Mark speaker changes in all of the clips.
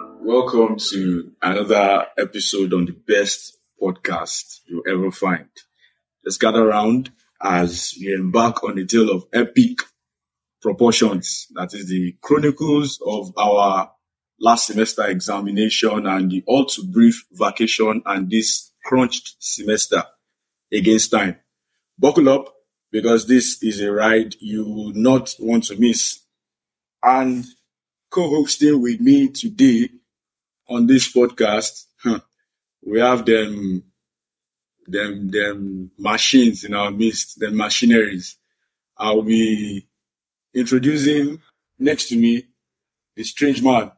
Speaker 1: Welcome to another episode on the best podcast you'll ever find. Let's gather around as we embark on a tale of epic proportions. That is the chronicles of our last semester examination and the all too brief vacation and this crunched semester against time. Buckle up because this is a ride you will not want to miss. And co-hosting with me today on this podcast, huh, we have them, them, them machines in our midst, them machineries. I'll be introducing next to me the strange man.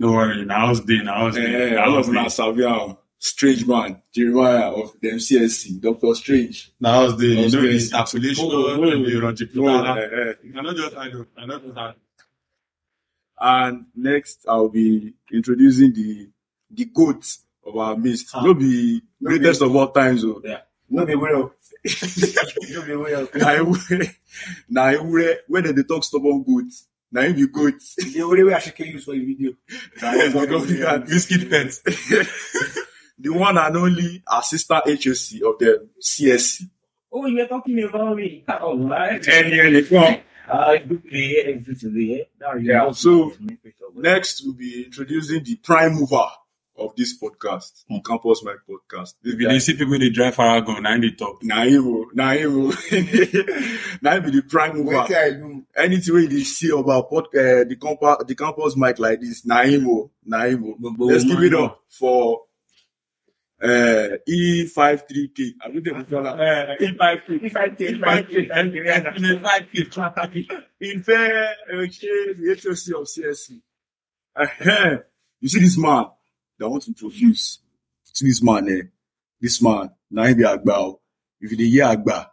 Speaker 2: No worry, now was day, now was day,
Speaker 1: Eh, I
Speaker 2: now was
Speaker 1: love
Speaker 2: day,
Speaker 1: Nasavian. Strange man, Jeremiah of the MCSC, Doctor Strange.
Speaker 2: now was day. You know
Speaker 1: Nowadays,
Speaker 2: this appellation.
Speaker 1: oh,
Speaker 2: Oh,
Speaker 1: oh,
Speaker 2: oh,
Speaker 1: Eh, eh.
Speaker 2: I know just I do. I know just I do.
Speaker 1: And next, I'll be introducing the the goat of our midst.
Speaker 2: Ah.
Speaker 1: No be
Speaker 3: No be-
Speaker 1: greatest of all times, oh.
Speaker 3: No be well. no be well.
Speaker 1: Na Ewure, na Ewure, where they dey talk stubborn goat, na him be goat.
Speaker 3: The only way I should kill you is for a video.
Speaker 1: Biscuit pet. the one and only assistant HOC of the CSC.
Speaker 4: Oh, you were talking about me.
Speaker 5: Oh,
Speaker 4: All right. I do the exit to the air. Now you
Speaker 1: Yeah,
Speaker 4: know-
Speaker 1: so- Next, we'll be introducing the prime mover of this podcast, Campus Mic Podcast. This
Speaker 2: If you
Speaker 1: guy-
Speaker 2: dey see people dey drive Farago, now they talk.
Speaker 1: Naivo, Naivo. Naivo be the prime mover.
Speaker 3: Wetin I do?
Speaker 1: Anything wey you dey see about pod, uh, the, compa- the campus mic like this, Naimo, Naimo. Let's give it up for uh, E53K. I don't think we call am.
Speaker 2: If I
Speaker 3: If I take my
Speaker 2: if
Speaker 1: Ife Eche, uh, the HOC of CSC. Uh-huh. You see this man that I want to introduce. See this man, eh? This man, Naim be Agba. o. If you dey hear Agba,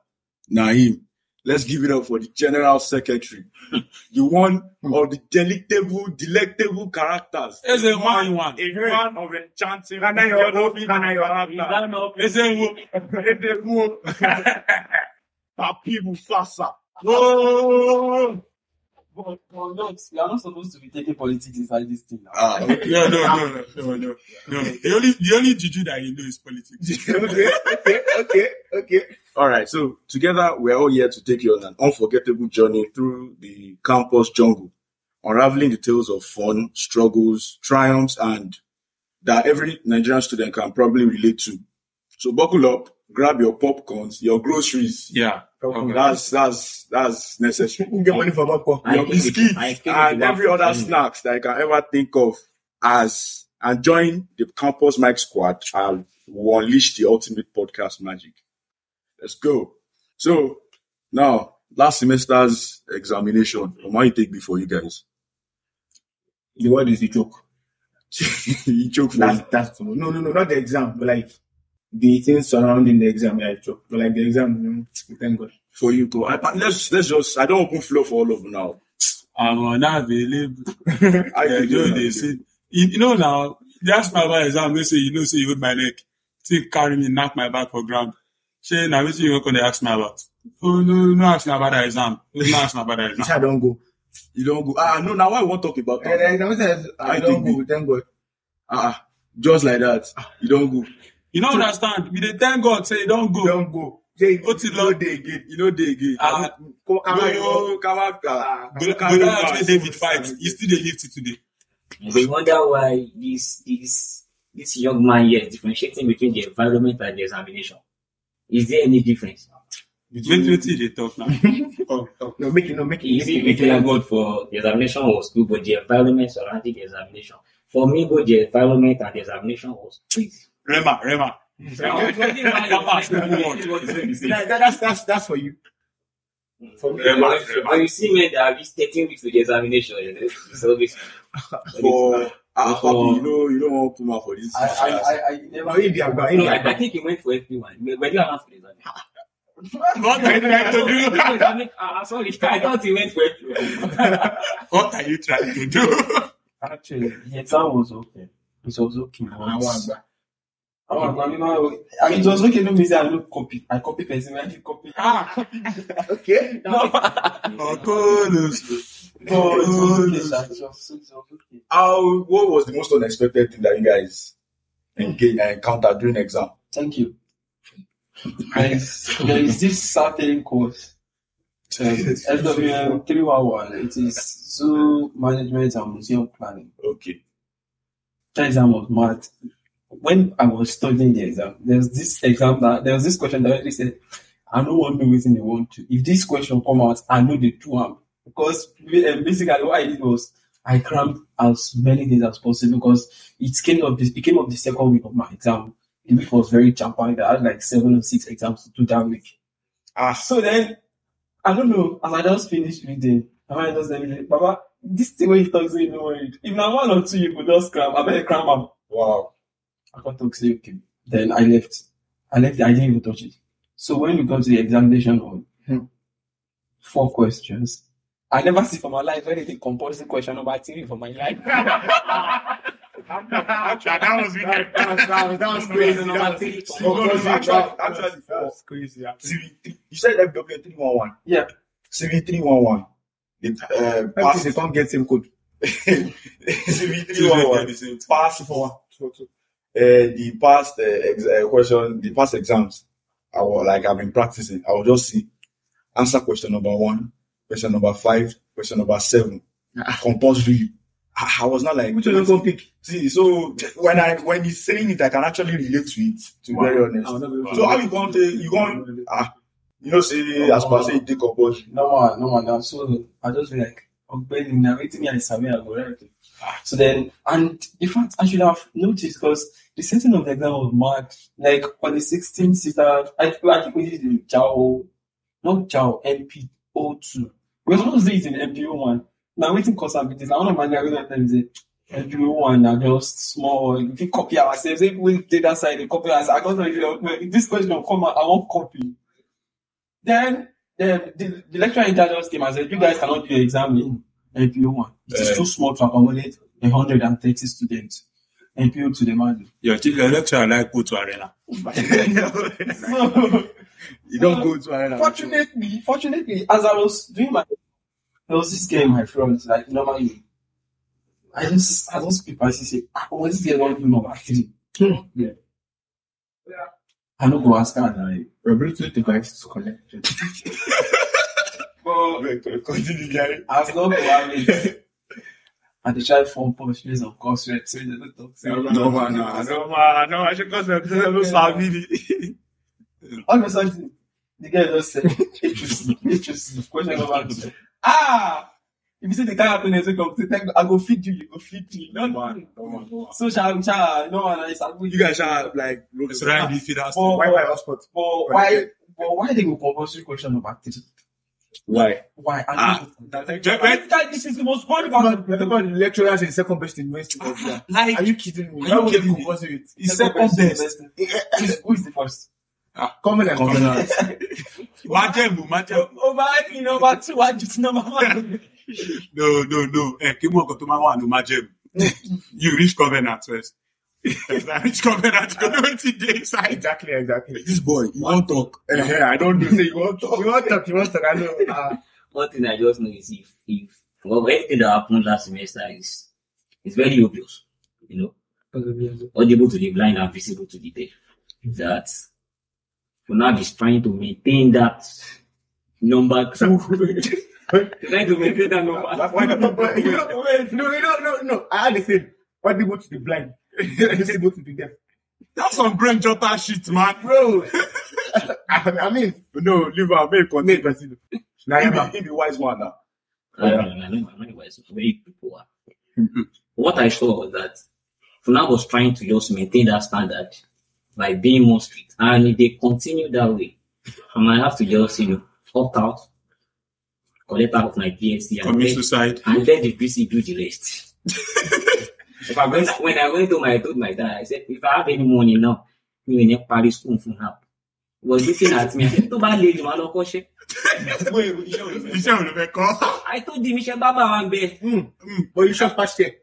Speaker 1: Naim. Let's give it up for the General Secretary. the one of the delectable, delectable characters.
Speaker 2: It's a man you want.
Speaker 1: A man of enchanting.
Speaker 3: Can I your hope?
Speaker 1: character.
Speaker 3: Can I your hope?
Speaker 2: It's a wo-
Speaker 1: Edewo. Papi Mufasa.
Speaker 2: Oh,
Speaker 5: But, but not, you are not supposed to be taking politics inside this thing. Now.
Speaker 1: Ah, okay.
Speaker 2: no, no, no, no, no, no. The only the only juju that you know is politics.
Speaker 3: Okay, okay, okay, okay.
Speaker 1: All right, so together we're all here to take you on an unforgettable journey through the campus jungle, unraveling the tales of fun, struggles, triumphs, and that every Nigerian student can probably relate to. So buckle up, grab your popcorns, your groceries.
Speaker 2: Yeah. Okay.
Speaker 1: That's that's that's necessary.
Speaker 3: Who get money for popcorn?
Speaker 4: I
Speaker 1: your
Speaker 4: think it-
Speaker 1: biscuits
Speaker 4: I think it
Speaker 1: and
Speaker 4: was-
Speaker 1: every other snacks that you can ever think of as and join the campus mic squad and we'll unleash the ultimate podcast magic. Let's go. So now last semester's examination, how might take before you guys?
Speaker 3: The word is the joke.
Speaker 1: you joke for
Speaker 3: That's
Speaker 1: me.
Speaker 3: that's the one. No, no, no, not the exam, but like the things surrounding the exam. Yeah, joke. But like the exam, you know, thank God.
Speaker 1: for you go. I, I- let's let's just I don't open floor for all of them now.
Speaker 2: I'm unavailable.
Speaker 1: I
Speaker 2: Yeah,
Speaker 1: can
Speaker 2: you
Speaker 1: do
Speaker 2: know, they
Speaker 1: it.
Speaker 2: say, you, you know now, they ask my about exam, they say, you know, say you hold my leg. Still carry me, knock my back for ground. Say, now, which you going to ask me about? Oh, no, no, ask me about that exam. No, no, ask me about that exam.
Speaker 3: Teacher don't go.
Speaker 1: You don't go. Ah no, now why we want to talk about
Speaker 3: And
Speaker 1: that?
Speaker 3: then I said,
Speaker 1: I
Speaker 3: I don't
Speaker 1: think
Speaker 3: go. Thank God.
Speaker 1: Ah, just like that. You don't go.
Speaker 2: You don't understand. We dey thank God, say, don't go.
Speaker 3: Don't go. Say,
Speaker 2: Go to
Speaker 1: You know
Speaker 2: Lord.
Speaker 1: they again. You know they again.
Speaker 2: Ah,
Speaker 3: Go carry your-
Speaker 1: No, come out, uh,
Speaker 2: Go, go
Speaker 1: carry
Speaker 2: down
Speaker 1: back.
Speaker 2: where David fight. He still dey lift it today.
Speaker 4: They wonder why this this this young man here is differentiating between the environment and the examination. Is there any difference?
Speaker 2: Wait, wait till they talk now.
Speaker 3: Oh, oh, No, make it, no, make it.
Speaker 4: Is
Speaker 3: make
Speaker 4: it
Speaker 3: it, make
Speaker 4: making a
Speaker 3: it.
Speaker 4: good for the examination was good, but the environment surrounding the examination? For me, both the environment and the examination was good.
Speaker 2: Rema, Rema.
Speaker 4: I was wondering why the environment was good.
Speaker 3: That- that- That's that's that's for you.
Speaker 4: For me,
Speaker 2: Very
Speaker 4: when
Speaker 2: much, very
Speaker 4: you- when you see men that have reached 13 weeks with the examination, you know, it's always
Speaker 1: For, ah,
Speaker 4: For-
Speaker 1: Papi, you know, you don't want to come out for this.
Speaker 5: I, I, I, I never.
Speaker 3: Now, if they are going, if
Speaker 4: No,
Speaker 3: they are
Speaker 4: I, I
Speaker 3: going.
Speaker 4: think it went for everyone. Were were you around for the examination?
Speaker 2: What are you trying to do?
Speaker 4: I'm sorry, I thought it went for everyone.
Speaker 2: What are you trying to do?
Speaker 5: Actually, the exam was okay. It was okay.
Speaker 3: I want back.
Speaker 5: Oh, I remember, I, it was okay. No, me say I look copy. I copy Ah,
Speaker 1: Ah.
Speaker 5: person. I did copy.
Speaker 2: ah,
Speaker 3: Okay.
Speaker 5: No.
Speaker 2: Okolos.
Speaker 5: No, it was okay, sir. It was, it was okay.
Speaker 6: How? What was the most unexpected thing that you guys engage encountered during exam?
Speaker 5: Thank you. There is, there is this certain course, um, SWM 311. It is Zoo Management and Museum Planning.
Speaker 6: Okay.
Speaker 5: that exam was mad. When I was studying the exam, there's this exam that there was this question that actually said, I know one do within the want to. If this question come out, I know the two am because ba- eh, basically what I did was I crammed as many days as possible because it came up it came up the second week of my exam. The week was very jam packed. I had like seven or six exams to do that week. Ah, so then I don't know. As I just finished reading, I might just let me read. Baba, this thing when he talks to you, no worry. If na one or two, you go just cram. I better cram am.
Speaker 6: Wow.
Speaker 5: I can't talk, say, okay. Then I left. I left, I didn't even touch it. So when we got to the examination hall,
Speaker 3: Hmm.
Speaker 5: four questions. I never see for my life anything compulsory question number three for my life.
Speaker 2: that was wicked.
Speaker 3: that was crazy. That was
Speaker 5: Actually,
Speaker 6: actually,
Speaker 3: That's crazy. yeah.
Speaker 6: CV3. You said FW three one one.
Speaker 5: Yeah.
Speaker 6: CV three one one. The uh, pass
Speaker 3: They can't get same code.
Speaker 6: CV three one
Speaker 2: Tuesday,
Speaker 6: one.
Speaker 2: the same.
Speaker 6: Pass for uh, the past uh, ex- uh, question, the past exams. I was like I've been practicing. I will just see answer question number one, question number five, question number seven. Compulsory. I, I was not like
Speaker 3: Which one you gonna pick?
Speaker 6: See, so when I when he's saying it, I can actually relate to it. To be very honest.
Speaker 3: I will not be able to-
Speaker 6: So how you going to you going ah you know say as per say dey compulsory.
Speaker 5: No one, no one. Now, so I just be like, Ogbeni, na wetin me and Samir I go write. So then, and in fact, I should have noticed because the setting of the exam was mad. Like on the 16th, sister, I, I think we did the JAO, not JAO, MPO2. We were supposed to do it in MPO1. Now, waiting cause I'm this. Now, one of my guys at them say, MPO1 are just small. If we copy ourselves, if we did that side, they copy us. I don't know if this question will come out, I won't copy. Then, the, the, the lecturer in charge just came and said, You guys cannot do your exam in MPO1. It is
Speaker 6: Eh.
Speaker 5: too small to accommodate 130 students. MPO to the man.
Speaker 2: Your chief your lecturer like go to arena.
Speaker 5: So,
Speaker 6: you don go to arena.
Speaker 5: fortunately, fortunately, as I was doing my, there was this game my friends like normally. I just, I just keep I say, "Ah, I always get one game number three. Yeah. I don't go ask her like,
Speaker 3: Revolutionary device is connected.
Speaker 1: Oh,
Speaker 5: but
Speaker 6: continue jare.
Speaker 5: as long as I have it, and they try form punishments of course, right? So they don't talk. to me.
Speaker 6: No man na no.
Speaker 2: man, no man, she cause me no
Speaker 5: sabi. All of a sudden, the guy just said, HUC, HUC, question number two. Ah! If you see the kind of thing they come to, thank God, I go feed you, you go feed me. No, no. So, shall we, shall no one is
Speaker 6: You guys are like look
Speaker 2: It's right if it has
Speaker 5: But
Speaker 3: Oh, Why my hotspot?
Speaker 5: but why, but why they go compulsory question number three?
Speaker 6: Why?
Speaker 5: Why?
Speaker 6: Ah.
Speaker 5: I don't know.
Speaker 2: Wait, wait.
Speaker 5: That- This is the most boring
Speaker 3: Come
Speaker 5: part.
Speaker 3: on, we're talking about the lecturers in second best university. of Nigeria.
Speaker 2: Ah, Like
Speaker 3: Are you kidding me?
Speaker 2: Are you
Speaker 3: Why would they
Speaker 2: kidding me?
Speaker 3: compulse it?
Speaker 2: it's second best.
Speaker 5: Who is- Who is the first?
Speaker 3: Common and common.
Speaker 2: Majemu, majemu.
Speaker 5: Over, you know, number two, I just number one.
Speaker 2: No, no, no. Eh, kí mú ọkọ̀ tó máa wà ní Majemu. You reach covenant first. Na reach covenant go twenty days. I-
Speaker 3: Exactly, exactly.
Speaker 2: This boy, you wan talk.
Speaker 6: Eh, I don know say you wan talk.
Speaker 3: You want to talk, you want to talk, I know. Uh,
Speaker 4: One thing I just know is if, if well, anything that happened last semester is is very obvious, you know, audible to the blind and visible to the deaf. That Funab is trying to maintain that number two. trying to maintain that number.
Speaker 3: why not? You know, wait, no, no, no, no. I had the same. Why people to the blind? Invisible to the deaf.
Speaker 2: That's some brain jotter shit, man.
Speaker 3: Bro, I, I mean,
Speaker 6: No, leave am make
Speaker 3: me
Speaker 6: continue.
Speaker 3: continue. Now,
Speaker 6: He
Speaker 3: yeah,
Speaker 6: be he be wise man na.
Speaker 4: I don't know, I don't know, I don't know why it's very poor. What I saw was that Funab was trying to just maintain that standard by being more strict. And if they continue that way, I might have to just, you know, opt out, collect out of my PhD and,
Speaker 2: Commit
Speaker 4: let-
Speaker 2: suicide.
Speaker 4: and let the PC do the rest.
Speaker 3: if I
Speaker 4: when,
Speaker 3: go-
Speaker 4: I, when I went to my, told my dad, I said, if I have any money now, you will need Paris school Funab. He was looking at me, I said, "Tó bá le jù, màá lọ kọ́ṣẹ́."
Speaker 2: Iṣẹ́ wo ló fẹ́ kọ́?
Speaker 4: I told him, iṣẹ́ bábà wa ń bẹ.
Speaker 3: Mm, mm, but you shot past here.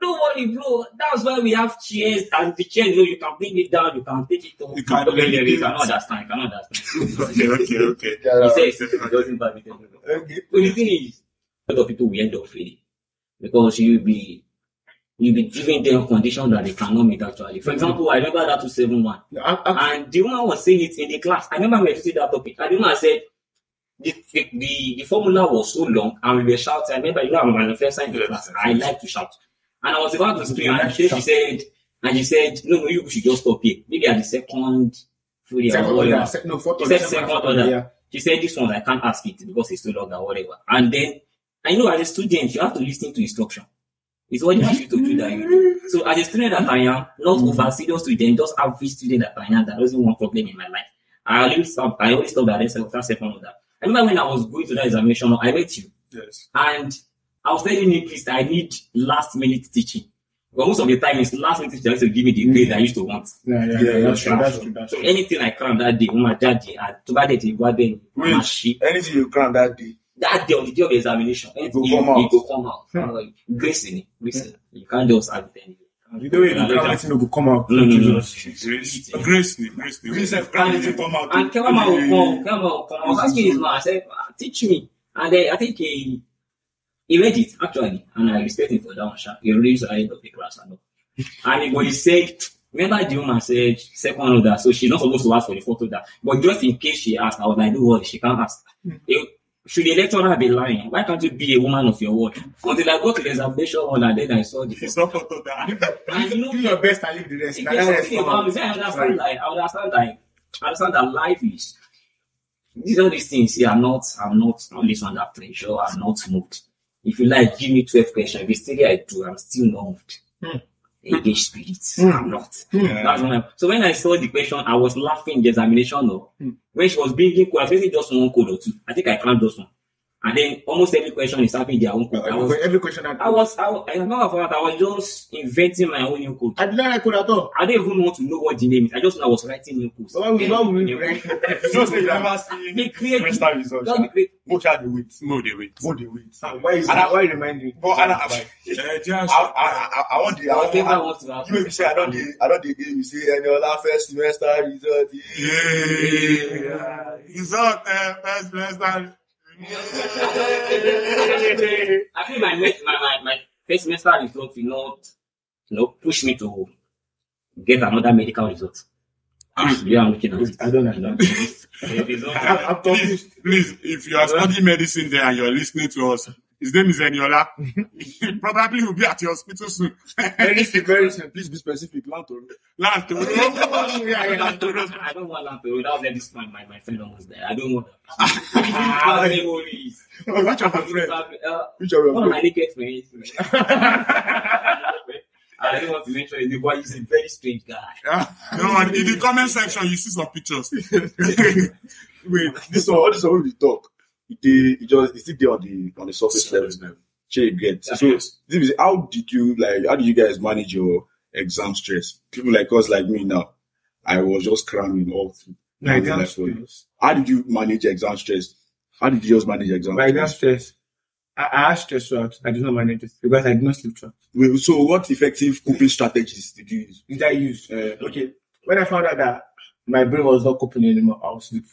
Speaker 4: Don't worry, bro. That's why we have chairs and the chair, you know, you can bring it down, you can take it off.
Speaker 2: You can
Speaker 4: okay, yeah,
Speaker 2: levitate.
Speaker 4: you cannot understand, you cannot understand.
Speaker 2: Okay, okay, okay.
Speaker 4: he says he doesn't validate.
Speaker 3: Okay.
Speaker 4: But the thing is, a lot of people will end up failing because you'll be you'll be giving them conditions that they cannot meet actually. For example, I remember that 271.
Speaker 3: No, I, I,
Speaker 4: And the woman was saying it in the class. I remember we discussing that topic. And the woman said the, the, the, the formula was so long and we were shouting. I remember you know I'm an first in the class. I like to shout. And I was about to scream and she, she said and she said, No, no, you should just stop here. Maybe at the second full year
Speaker 3: second
Speaker 4: or
Speaker 3: order.
Speaker 4: whatever.
Speaker 3: Se- no, fourth
Speaker 4: He
Speaker 3: order.
Speaker 4: said
Speaker 3: second
Speaker 4: second
Speaker 3: order,
Speaker 4: order.
Speaker 3: yeah.
Speaker 4: She said this one I can't ask it because it's too long or whatever. And then I know as a student you have to listen to instruction. It's what you have to do that you do. So as a student that I am, not over serious student, just average student that I am that doesn't want problem in my life. I always stop I always stop at that second order. I remember when I was going to that examination, I met you
Speaker 2: Yes.
Speaker 4: and I was telling you, please, I need last minute teaching. But most of the time, it's last minute teaching that used to give me the grade I used to want.
Speaker 3: Yeah, yeah,
Speaker 2: Yeah,
Speaker 3: yeah,
Speaker 2: that's
Speaker 3: that's true. That's
Speaker 4: true.
Speaker 3: true. That's
Speaker 4: So
Speaker 3: true.
Speaker 4: anything I cram that day, my daddy, and to buy that day,
Speaker 6: Wait.
Speaker 4: my sheep,
Speaker 6: Anything you grant that day.
Speaker 4: that day on the day of the examination,
Speaker 6: It
Speaker 4: it
Speaker 6: will
Speaker 4: will it,
Speaker 6: come out.
Speaker 4: It will come out.
Speaker 3: Hmm.
Speaker 4: Like, grace in it. Grace in it. You can't just have it anyway.
Speaker 3: You know, you can't let it go come out.
Speaker 4: No, no, no.
Speaker 2: Grace. Grace me. Grace me.
Speaker 4: And Kelama will come, Kelama will come. I was asking his man, I said, "Ah, teach me. And then I think he, he read it, actually. And I respect him for that one, sha. He reads ahead of the class and all. And he, but he said, remember the woman said, second order, so she's not supposed to ask for the photo that. But just in case she asked, I was like, no worry, she can't ask.
Speaker 2: Mm.
Speaker 4: It- should the lecturer be lying? Why can't you be a woman of your word? Until I go to the examination hall and then I saw the
Speaker 2: It's
Speaker 4: photo.
Speaker 2: not photo that.
Speaker 4: And you know,
Speaker 3: Do your best and leave the rest.
Speaker 4: if
Speaker 3: Now,
Speaker 4: there's
Speaker 3: that rest
Speaker 4: something
Speaker 3: come
Speaker 4: about
Speaker 3: out.
Speaker 4: me, I understand like I understand like I understand that life is these all these things here. I'm not I'm not on this one that pressure, I'm not moved. If you like, give me 12 questions. If it's still I do, I'm still not moved. Engage spirits. I'm not. That's when I, so when I saw the question, I was laughing in the examination. Or, When she was bringing codes, basically just one code or two. I think I crammed those one. And then almost every question is having their own code. I was,
Speaker 3: Every question that
Speaker 4: I was, I was, I remember for that, I was just inventing my own new code.
Speaker 3: I did not like code at all.
Speaker 4: I don't even want to know what the name is. I just know I was writing new posts.
Speaker 3: So why would why would we
Speaker 4: Yeah.
Speaker 3: break?
Speaker 1: Just they never
Speaker 4: They
Speaker 1: see
Speaker 4: create.
Speaker 1: Crystal results.
Speaker 4: Just create-
Speaker 1: Both had the weight.
Speaker 2: No, they wait.
Speaker 1: Both the weight.
Speaker 3: And Why is
Speaker 1: And
Speaker 3: that?
Speaker 1: I-
Speaker 3: Why remind me?
Speaker 1: But and I, I,
Speaker 2: Eh, just-
Speaker 1: I, I, I want the. I want,
Speaker 4: Whatever I
Speaker 1: I,
Speaker 4: want to
Speaker 1: you know, you
Speaker 4: happen.
Speaker 1: say I don't. dey- I don't. dey give You say any other first semester result.
Speaker 2: Yeah. He's out there. First, first time.
Speaker 4: I think my next, my, my, my first semester result will not, you know, push me to get another medical result. Yeah, I'm looking at it.
Speaker 3: Ah. I don't
Speaker 4: You know,
Speaker 3: know.
Speaker 4: the result-
Speaker 3: I- I'm talking.
Speaker 2: Please, please, if you are studying medicine there and you're listening to us, his name is Eniola. he probably will be at your hospital soon.
Speaker 3: Very soon, very soon.
Speaker 1: Please be specific. Lanto.
Speaker 2: Last
Speaker 4: I don't- I don't want that to that was at this point my, my friend almost died. I don't want that. Ah, memories.
Speaker 1: Which of your friend?
Speaker 4: Uh,
Speaker 1: Which of your
Speaker 4: One of my
Speaker 1: friend?
Speaker 4: naked friends. I don't want to mention his name, but he's a very strange guy.
Speaker 2: no, and in the comment section, you see some pictures.
Speaker 1: Wait. This one. All this one we dey talk.
Speaker 6: e
Speaker 1: It dey. It just. It still dey on the on the surface level. Shey you get. So this is
Speaker 6: How did you like? How did you guys manage your exam stress? People like us, like me now, I was just cramming all through.
Speaker 3: My exam
Speaker 6: That's what-
Speaker 3: stress.
Speaker 6: How did you manage exam stress? How did you just manage exam?
Speaker 3: My exam
Speaker 6: stress?
Speaker 3: stress. I, I had stress throughout. I did not manage it because I did not sleep throughout.
Speaker 6: Wait, so, what effective coping strategies did you use?
Speaker 3: Is that used?
Speaker 6: Uh,
Speaker 3: Okay. When I found out that my brain was not coping anymore, I was sleep.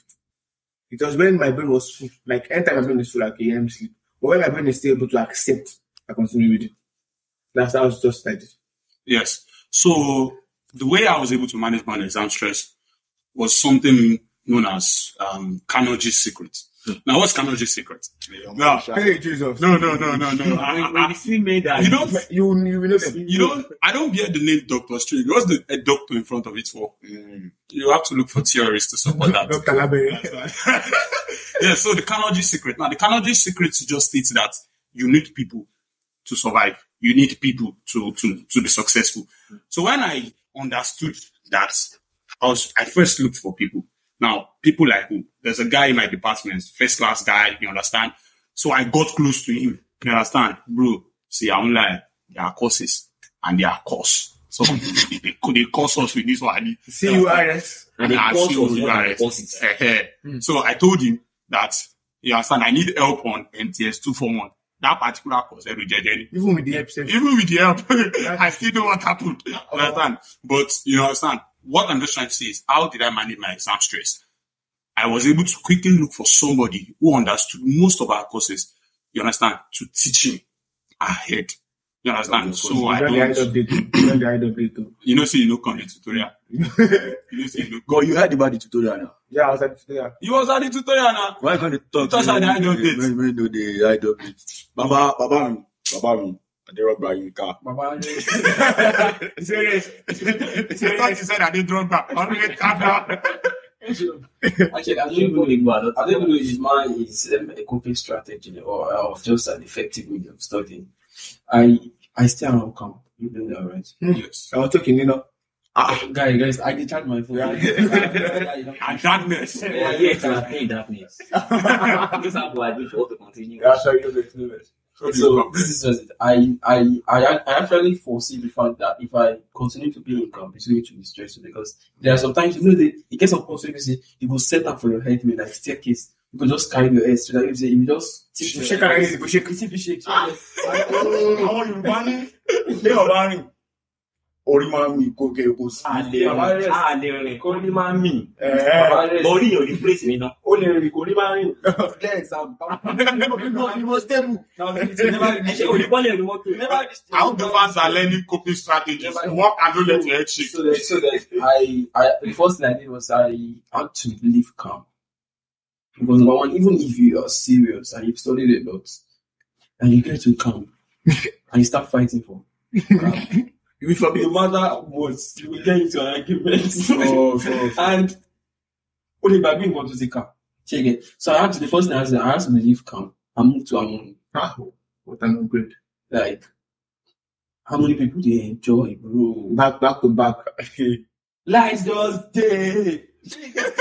Speaker 3: Because when my brain was full, like anytime my brain is full, I can am sleep. But when my brain is still able to accept, I continue with it. That's how it's just like this.
Speaker 2: Yes. So the way I was able to manage my exam stress was something known as um, Carnegie's secret. Now, what's Carnegie's secret? No,
Speaker 3: Hey Jesus.
Speaker 2: Hmm. no, no, no, no, no. I-
Speaker 4: When,
Speaker 2: I-
Speaker 4: when you see me that
Speaker 2: you don't,
Speaker 3: You you will not see.
Speaker 2: you don't. I don't bear the name Doctor Strange. What's the a doctor in front of it for? You have to look for theories to support that.
Speaker 3: Dr. Labere.
Speaker 2: yeah, so the Carnegie secret. Now, the Carnegie secret just states that you need people to survive. You need people to to to be successful. So when I understood that, I was I first looked for people. Now, people like who? There's a guy in my department, first class guy. You understand? So I got close to him. You understand, bro? See, I'm like there are courses and there are course. So they could they course us with this one.
Speaker 3: C U R S.
Speaker 4: and the
Speaker 2: I
Speaker 4: course
Speaker 2: see
Speaker 4: was
Speaker 2: you
Speaker 4: one
Speaker 2: are
Speaker 4: of the
Speaker 2: right.
Speaker 4: courses.
Speaker 2: Eh, eh.
Speaker 1: Hmm.
Speaker 2: So I told him that you understand I need help on MTS two four one. That particular course I rejected it.
Speaker 3: Even with the episode.
Speaker 2: Even with the help, I still know what happened.
Speaker 1: Oh.
Speaker 2: You understand? But you understand what I'm just trying to say is how did I manage my exam stress? I was able to quickly look for somebody who understood most of our courses. You understand? To teach him ahead. You understand?
Speaker 1: Of course.
Speaker 2: So I
Speaker 3: Join the
Speaker 2: don't,
Speaker 3: IWA too. Join the IWA too.
Speaker 2: you know, say you look come the tutorial. You know, say you look.
Speaker 1: God, you heard about the tutorial now.
Speaker 3: Yeah, I was like, yeah.
Speaker 2: You was at the tutorial now.
Speaker 1: Why can't they talk?
Speaker 2: Because I
Speaker 1: when-
Speaker 2: don't date.
Speaker 1: When, when do they I don't date? Baba, Baba mi, Baba mi, Adero Bayinka.
Speaker 5: Baba,
Speaker 3: Serious.
Speaker 2: I thought you said I did drunk back.
Speaker 5: actually,
Speaker 4: I don't even know
Speaker 5: I
Speaker 4: Igbo. I
Speaker 5: don't even
Speaker 4: don't
Speaker 5: know his mind is um, a coping strategy or uh, of just an effective way of studying. I I stay on camp. You do that, right?
Speaker 2: Yes.
Speaker 3: I was talking, you know.
Speaker 5: Guy, guys, I did charge my phone.
Speaker 2: And darkness.
Speaker 4: Yeah, yes, I was playing darkness. This happened, I did want to continue.
Speaker 3: sorry, you know it.
Speaker 5: so this is just it. I, I, I, I actually foresee the fact that if I continue to be in camp, it's going to be stressful because there are sometimes, you know, the, in case of conspiracy, you go set up for your head, man, like staircase. You could just carry your head so that if you you just
Speaker 3: Shake- shake her head, Ah. go shake.
Speaker 5: You see, you shake.
Speaker 1: Àwọn Yorùbá ní ilé ọ̀bá rìn. Orí máa ń mi kó kéré kó sí.
Speaker 4: Àlè rẹ̀, àlè rẹ̀, kò ní máa ń mì.
Speaker 1: Ẹ̀ẹ́.
Speaker 4: Mo rí ìyàn ní pírẹ́sì mi náà.
Speaker 5: ó lè rìn kò ní máa rìn. legs and back. Now, it's never
Speaker 4: Ẹ ṣe kò ní bọ́ọ̀lù ẹ̀rù mọ́tò.
Speaker 5: Never
Speaker 2: How the fans are learning coping strategies. Walk and don't let your head shake.
Speaker 5: So that, so that I, I, the first thing I did was I had to leave camp. Because number one, even if you are serious and you've studied a lot, and you get to camp and you start fighting for, camp,
Speaker 3: You will forget.
Speaker 5: no matter what, you will get into an argument.
Speaker 1: Sure, sure.
Speaker 5: and only by being what to take camp. Check it. So I had to the first thing I said, I had to leave camp and move to Amon.
Speaker 3: Ah, What an upgrade.
Speaker 5: Like, how many people they enjoy, bro?
Speaker 3: Back, back to back.
Speaker 5: Lights just day.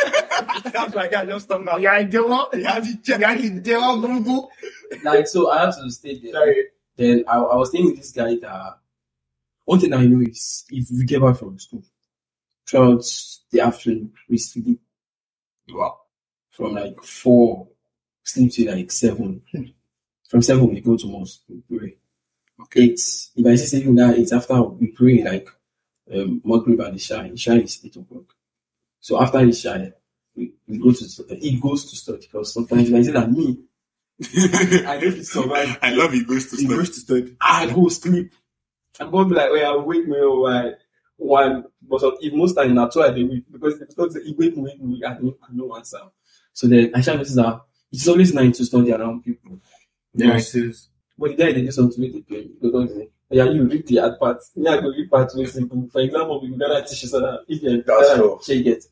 Speaker 1: That's why I just turned
Speaker 3: Yeah, I do want. Yeah, I do want.
Speaker 5: like so I have to stay there.
Speaker 3: Sorry.
Speaker 5: Then I, I was staying with this guy that one thing I know is if we get back from school throughout the afternoon we sleep wow. from like four sleep to like seven. from seven we go to mosque, we pray. Eight if I see saving that it's after we pray like um Maghrib and Isha. Isha is eight o'clock. So after Isha we, we go to he goes to study because sometimes if I say that me I need to survive.
Speaker 2: I love it goes to
Speaker 1: He
Speaker 2: sleep.
Speaker 1: goes to study.
Speaker 5: I go sleep. I'm gonna be like, wait, I'll wake me up. Why? Why? But of- if most time na two I dey wake because because if wake me wake me I don't I don't answer. So then I shall notice that it's always nice to study around people.
Speaker 3: Yeah, it is.
Speaker 5: But the guy dey do something wey dey pain me because yeah, you read the hard part. Me, I go read part wey simple. For example, we gotta teach you so that if you
Speaker 1: That's true.
Speaker 5: shey you get.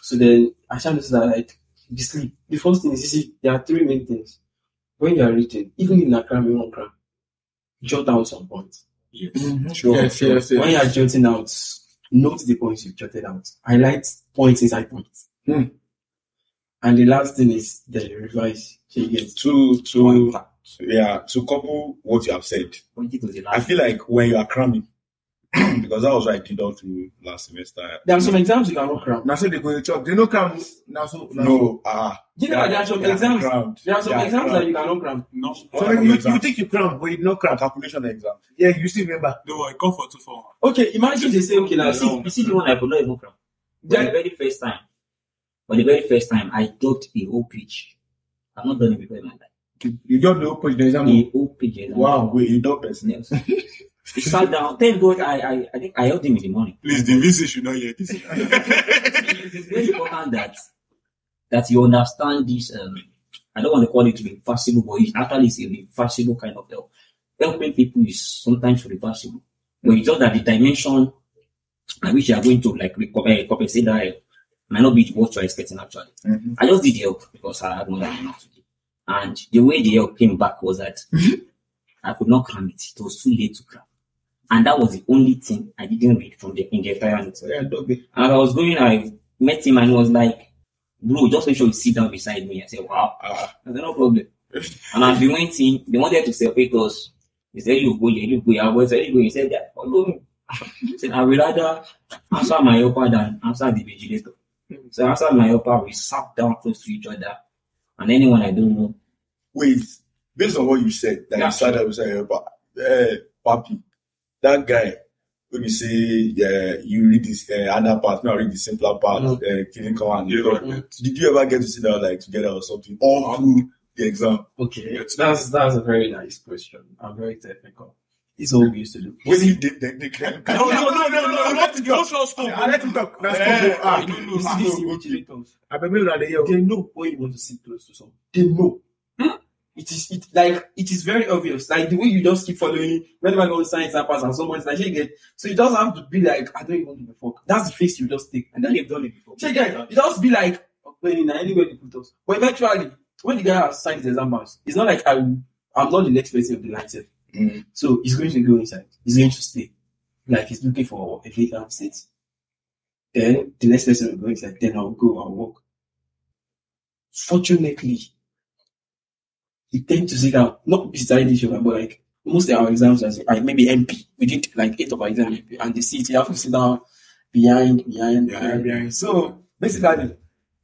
Speaker 5: So then I shall notice that like the sleep. The first thing is you see there are three main things. When you are reading, even in a cram, you won't cram. Jot down some points.
Speaker 1: Sure.
Speaker 3: Yes, yes,
Speaker 5: When
Speaker 3: yes.
Speaker 5: you are jotting out, note the points you've jotted out. Highlight points inside points.
Speaker 3: Hmm.
Speaker 5: And the last thing is the revise. She gets
Speaker 1: To to
Speaker 5: one tap.
Speaker 1: yeah to couple what you have said.
Speaker 4: Twenty to the last.
Speaker 1: I feel like when you are cramming because that was what I did all through last semester.
Speaker 5: There are some exams you cannot cram.
Speaker 3: Now so they go to chop. They no come. Now so. na so.
Speaker 1: No, ah,
Speaker 5: You know, there are some exams.
Speaker 1: Crammed.
Speaker 5: There are some
Speaker 1: Yeah,
Speaker 5: exams that
Speaker 1: crammed.
Speaker 5: you cannot cram.
Speaker 2: No,
Speaker 1: What
Speaker 3: So you,
Speaker 1: calculation?
Speaker 3: you think you cram, but you no cram.
Speaker 1: Calculation exam.
Speaker 3: Yeah, you still remember.
Speaker 2: don't worry. Come for two for one.
Speaker 5: Okay, imagine they say, okay, now
Speaker 4: You see,
Speaker 5: see,
Speaker 4: you see the one I could not even cram. For the
Speaker 5: then
Speaker 4: very first time, for the very first time, I taught a whole pitch. I've not done it before in my life.
Speaker 1: You, you don't know push the exam.
Speaker 4: A whole pitch. exam.
Speaker 1: Wow, wait, you don't person.
Speaker 4: Yes. He sat down. Thank God, I, I, I think I helped him in the morning.
Speaker 2: Please, the VC should not hear this.
Speaker 4: It's very important that that you understand this. Um, I don't want to call it reversible, but it actually is a reversible kind of help. Helping people is sometimes reversible, but it's just that the dimension at which you are going to like reco- eh, compensate that help might not be what you're expecting actually.
Speaker 1: Mhm.
Speaker 4: I just did the help because I had more than enough to do, and the way the help came back was that I could not cram it. It was too late to cram, and that was the only thing I didn't read from the in the entire notes.
Speaker 3: Yeah, don't be.
Speaker 4: And I was going, I met him and he was like, bro, just make sure you sit down beside me. I said, wow.
Speaker 1: Ah,
Speaker 4: I said, no problem. and as we went in, they wanted to separate us. He said, you go here, you go here. I was ready going. He said, yeah, follow me. He said, I would rather answer my upper than answer the vigilator. So I answered my upper. We sat down close to each other. And anyone I don't know,
Speaker 1: wait, based on what you said, that
Speaker 4: Yeah.
Speaker 1: you sat down beside your pa- eh, papi, that guy, when you say, yeah, you read this uh, other part, now read the simpler part,
Speaker 5: Mm.
Speaker 1: uh, killing command.
Speaker 2: Yeah.
Speaker 1: Did you ever get to sit down like together or something? All through
Speaker 6: the exam.
Speaker 5: Okay, that's that's a very nice question. I'm very technical. It's all we used to do.
Speaker 1: When he did the, the can,
Speaker 2: No, eh, no, no, no, no, no. Don't show school.
Speaker 3: I Ah, let him talk. Let's
Speaker 1: Yeah.
Speaker 3: talk. Ah,
Speaker 5: They
Speaker 1: no,
Speaker 5: know
Speaker 1: no,
Speaker 5: these
Speaker 1: no,
Speaker 5: imitators.
Speaker 3: Abemiru and the year.
Speaker 5: They know when you want to sit close to someone. They know. It is it like it is very obvious. Like the way you just keep following whenever you want sign examples and someone's like, hey, get so you just have to be like, I don't even give a fuck. That's the face you just take. And then you've done it before. Check it. You just be like, okay, nah, anywhere they put us. But eventually, when the guy has signed his examples, it's not like I will- I'm not the next person of the line set.
Speaker 6: Mm.
Speaker 5: So he's going to go inside. He's going to stay. Like he's looking for a vacant seat. Then the next person will go inside. Then I'll go and walk. Fortunately, he tend to sit down, not beside each other, but like most of our exams, as like maybe MP, we did like eight of our exams, MP, and the seat you have to sit down behind, behind, behind, behind. So basically,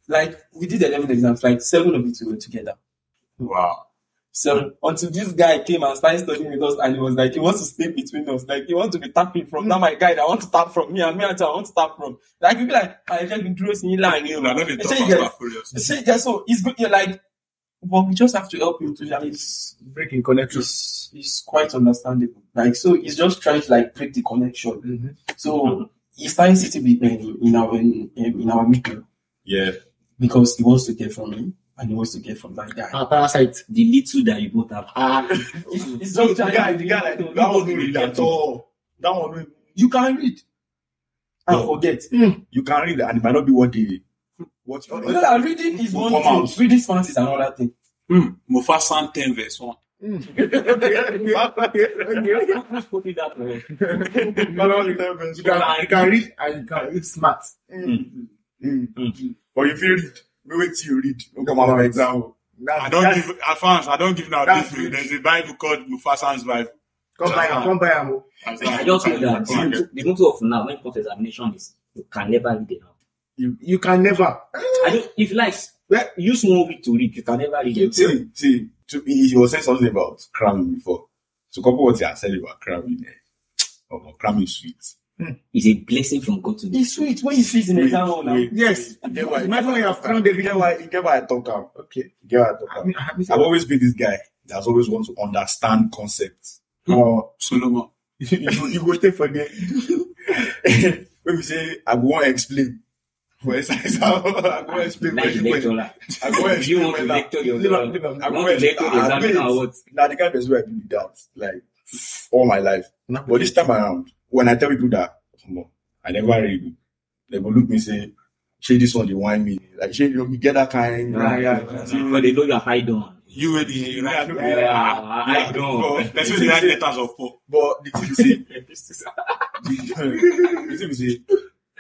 Speaker 5: like we did eleven exams, like seven of it we were together.
Speaker 6: Wow.
Speaker 5: So until this guy came and started studying with us, and he was like, he wants to stay between us, like he wants to be tapping from now. My guy, that I want to tap from me, and me and I want to tap from. Like you be like, "Ah, I just been through in line, you
Speaker 2: No, no,
Speaker 5: know.
Speaker 2: they
Speaker 5: And
Speaker 2: talk
Speaker 5: say,
Speaker 2: fast
Speaker 5: "Yeah."
Speaker 2: and furious.
Speaker 5: Say, yeah, so it's good. You're like, but we just have to help him to. I mean,
Speaker 3: Breaking connection.
Speaker 5: it's it's quite understandable. Like so, he's just trying to like break the connection.
Speaker 1: Mm-hmm.
Speaker 3: Mhm.
Speaker 5: So he started sitting with me in our in, in our meeting
Speaker 6: Yeah.
Speaker 5: because he wants to get from me and he wants to get from that guy.
Speaker 3: Ah, parasite.
Speaker 4: The little that you both have.
Speaker 3: Ah,
Speaker 5: It's, it's
Speaker 1: So
Speaker 5: just
Speaker 1: the guy, the guy like that one no read at all. That one no
Speaker 5: You can read and forget.
Speaker 1: you can read and it might not be what they what
Speaker 5: You know that reading is one
Speaker 1: Come
Speaker 5: thing.
Speaker 1: out.
Speaker 5: Reading smart is another thing.
Speaker 2: Hmm. Mufasan 10 verse 1.
Speaker 3: you can, you can read and you can read smart.
Speaker 1: Mm. But if you read, we wait till you read. Don't come out for exam.
Speaker 3: That's,
Speaker 2: I don't give, I found, I don't give now this
Speaker 3: that's
Speaker 2: book.
Speaker 3: it.
Speaker 2: There's a Bible called Mufasan's Bible.
Speaker 3: Come buy am. Come buy am.
Speaker 4: I just know that
Speaker 2: Okay.
Speaker 4: the- the motto of now when court examination is you can never read enough.
Speaker 3: You, you can never.
Speaker 4: I don't if you like well, use one week to read, you can never read it.
Speaker 1: See, see, to, he he was saying something about cramming before. So, couple what he has said about cramming, eh, or cramming sweets.
Speaker 4: It's a blessing from God to me.
Speaker 5: It's sweet when you see it in the exam hall now.
Speaker 1: Wait,
Speaker 3: Yes.
Speaker 1: Get why-
Speaker 3: Imagine when you have crammed
Speaker 1: You get why- you get why I talk am.
Speaker 3: Okay.
Speaker 1: You get why I talk
Speaker 3: I
Speaker 1: am.
Speaker 3: mean, I mean,
Speaker 1: I've always been this guy that's always want to understand concepts. Or
Speaker 2: Solomon.
Speaker 1: Hmm. you, you go stay for there. when we say, I go want explain. For instance, I go want explain.
Speaker 4: Like
Speaker 1: when
Speaker 4: the
Speaker 1: you went-
Speaker 4: lecturer.
Speaker 1: I go want explain.
Speaker 4: You want to
Speaker 1: when that-
Speaker 4: lecture your
Speaker 1: Leave am, leave
Speaker 4: you
Speaker 1: am. I go
Speaker 4: want to lecture the
Speaker 1: I
Speaker 4: examiner
Speaker 1: wait.
Speaker 4: or what?
Speaker 1: Now the kind of person where I been with that, like all my life. But this time around, when I tell people that, come on, I never read, they will look me say, "Shey, this one they want me." Like, "Shey, you know, we get that kind."
Speaker 4: Right. But they know you are high down.
Speaker 2: You were the you right?
Speaker 1: Yeah.
Speaker 4: Yeah, high down.
Speaker 1: But,
Speaker 2: Let's see the right letters of Paul.
Speaker 1: but the thing is, say- the thing is, say,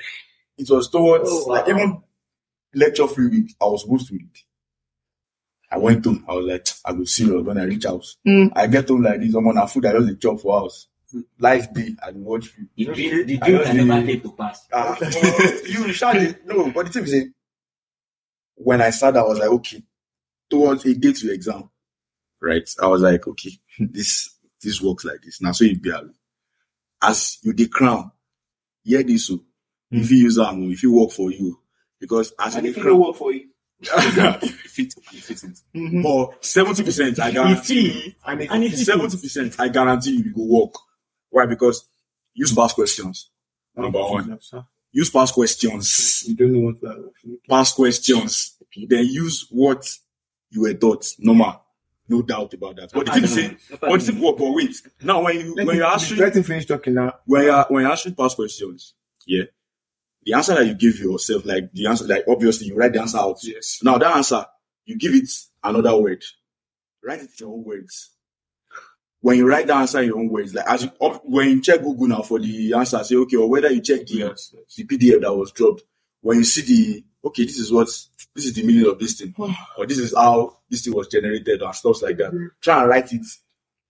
Speaker 1: it was towards
Speaker 4: Oh, wow.
Speaker 1: like even lecture free week. I was supposed to read. I went home. I was like, I go serious when I reach house. I get home like this. I'm on a food. I just dey chop for house. Life day. I dey watch film.
Speaker 4: The dream, the
Speaker 1: I
Speaker 4: dream
Speaker 1: just
Speaker 4: can never
Speaker 1: dey-
Speaker 4: take to pass.
Speaker 1: Ah, you shouted. No, but the thing is, eh, when I sat, down, I was like, okay, towards a day to exam, right? I was like, okay, this this works like this. Now, so you be able- as you the crown, hear this. So if you use am, oh, if you work for you, because as
Speaker 5: And
Speaker 1: you
Speaker 5: Hmm. if
Speaker 1: the
Speaker 5: you don't
Speaker 1: crown,
Speaker 5: work for Mm-hmm. it,
Speaker 1: if it if it is. But seventy percent, I guarantee.
Speaker 3: And it,
Speaker 1: And if seventy percent, I guarantee you, you go work. Why? Because use past questions. Number one, use past questions
Speaker 3: You don't know what that is.
Speaker 1: past questions, then use what you were taught. Normal, no doubt about that. But the thing is, eh, but the thing, but but wait. Now when you
Speaker 3: Let
Speaker 1: when
Speaker 3: him-
Speaker 1: you actually
Speaker 3: let him finish talking now.
Speaker 1: when you are- when you actually past questions, yeah, the answer that you give yourself, like the answer, like obviously you write the answer out.
Speaker 2: Yes.
Speaker 1: Now that answer, you give it another word. Write it in your own words. When you write the answer in your own words, like as you, up, when you check Google now for the answer, say okay, or whether you check the
Speaker 2: Yes.
Speaker 1: the PDF that was dropped, when you see the okay, this is what this is the meaning of this thing, or this is how this thing was generated, and stuff like that.
Speaker 2: Mm.
Speaker 1: Try and write it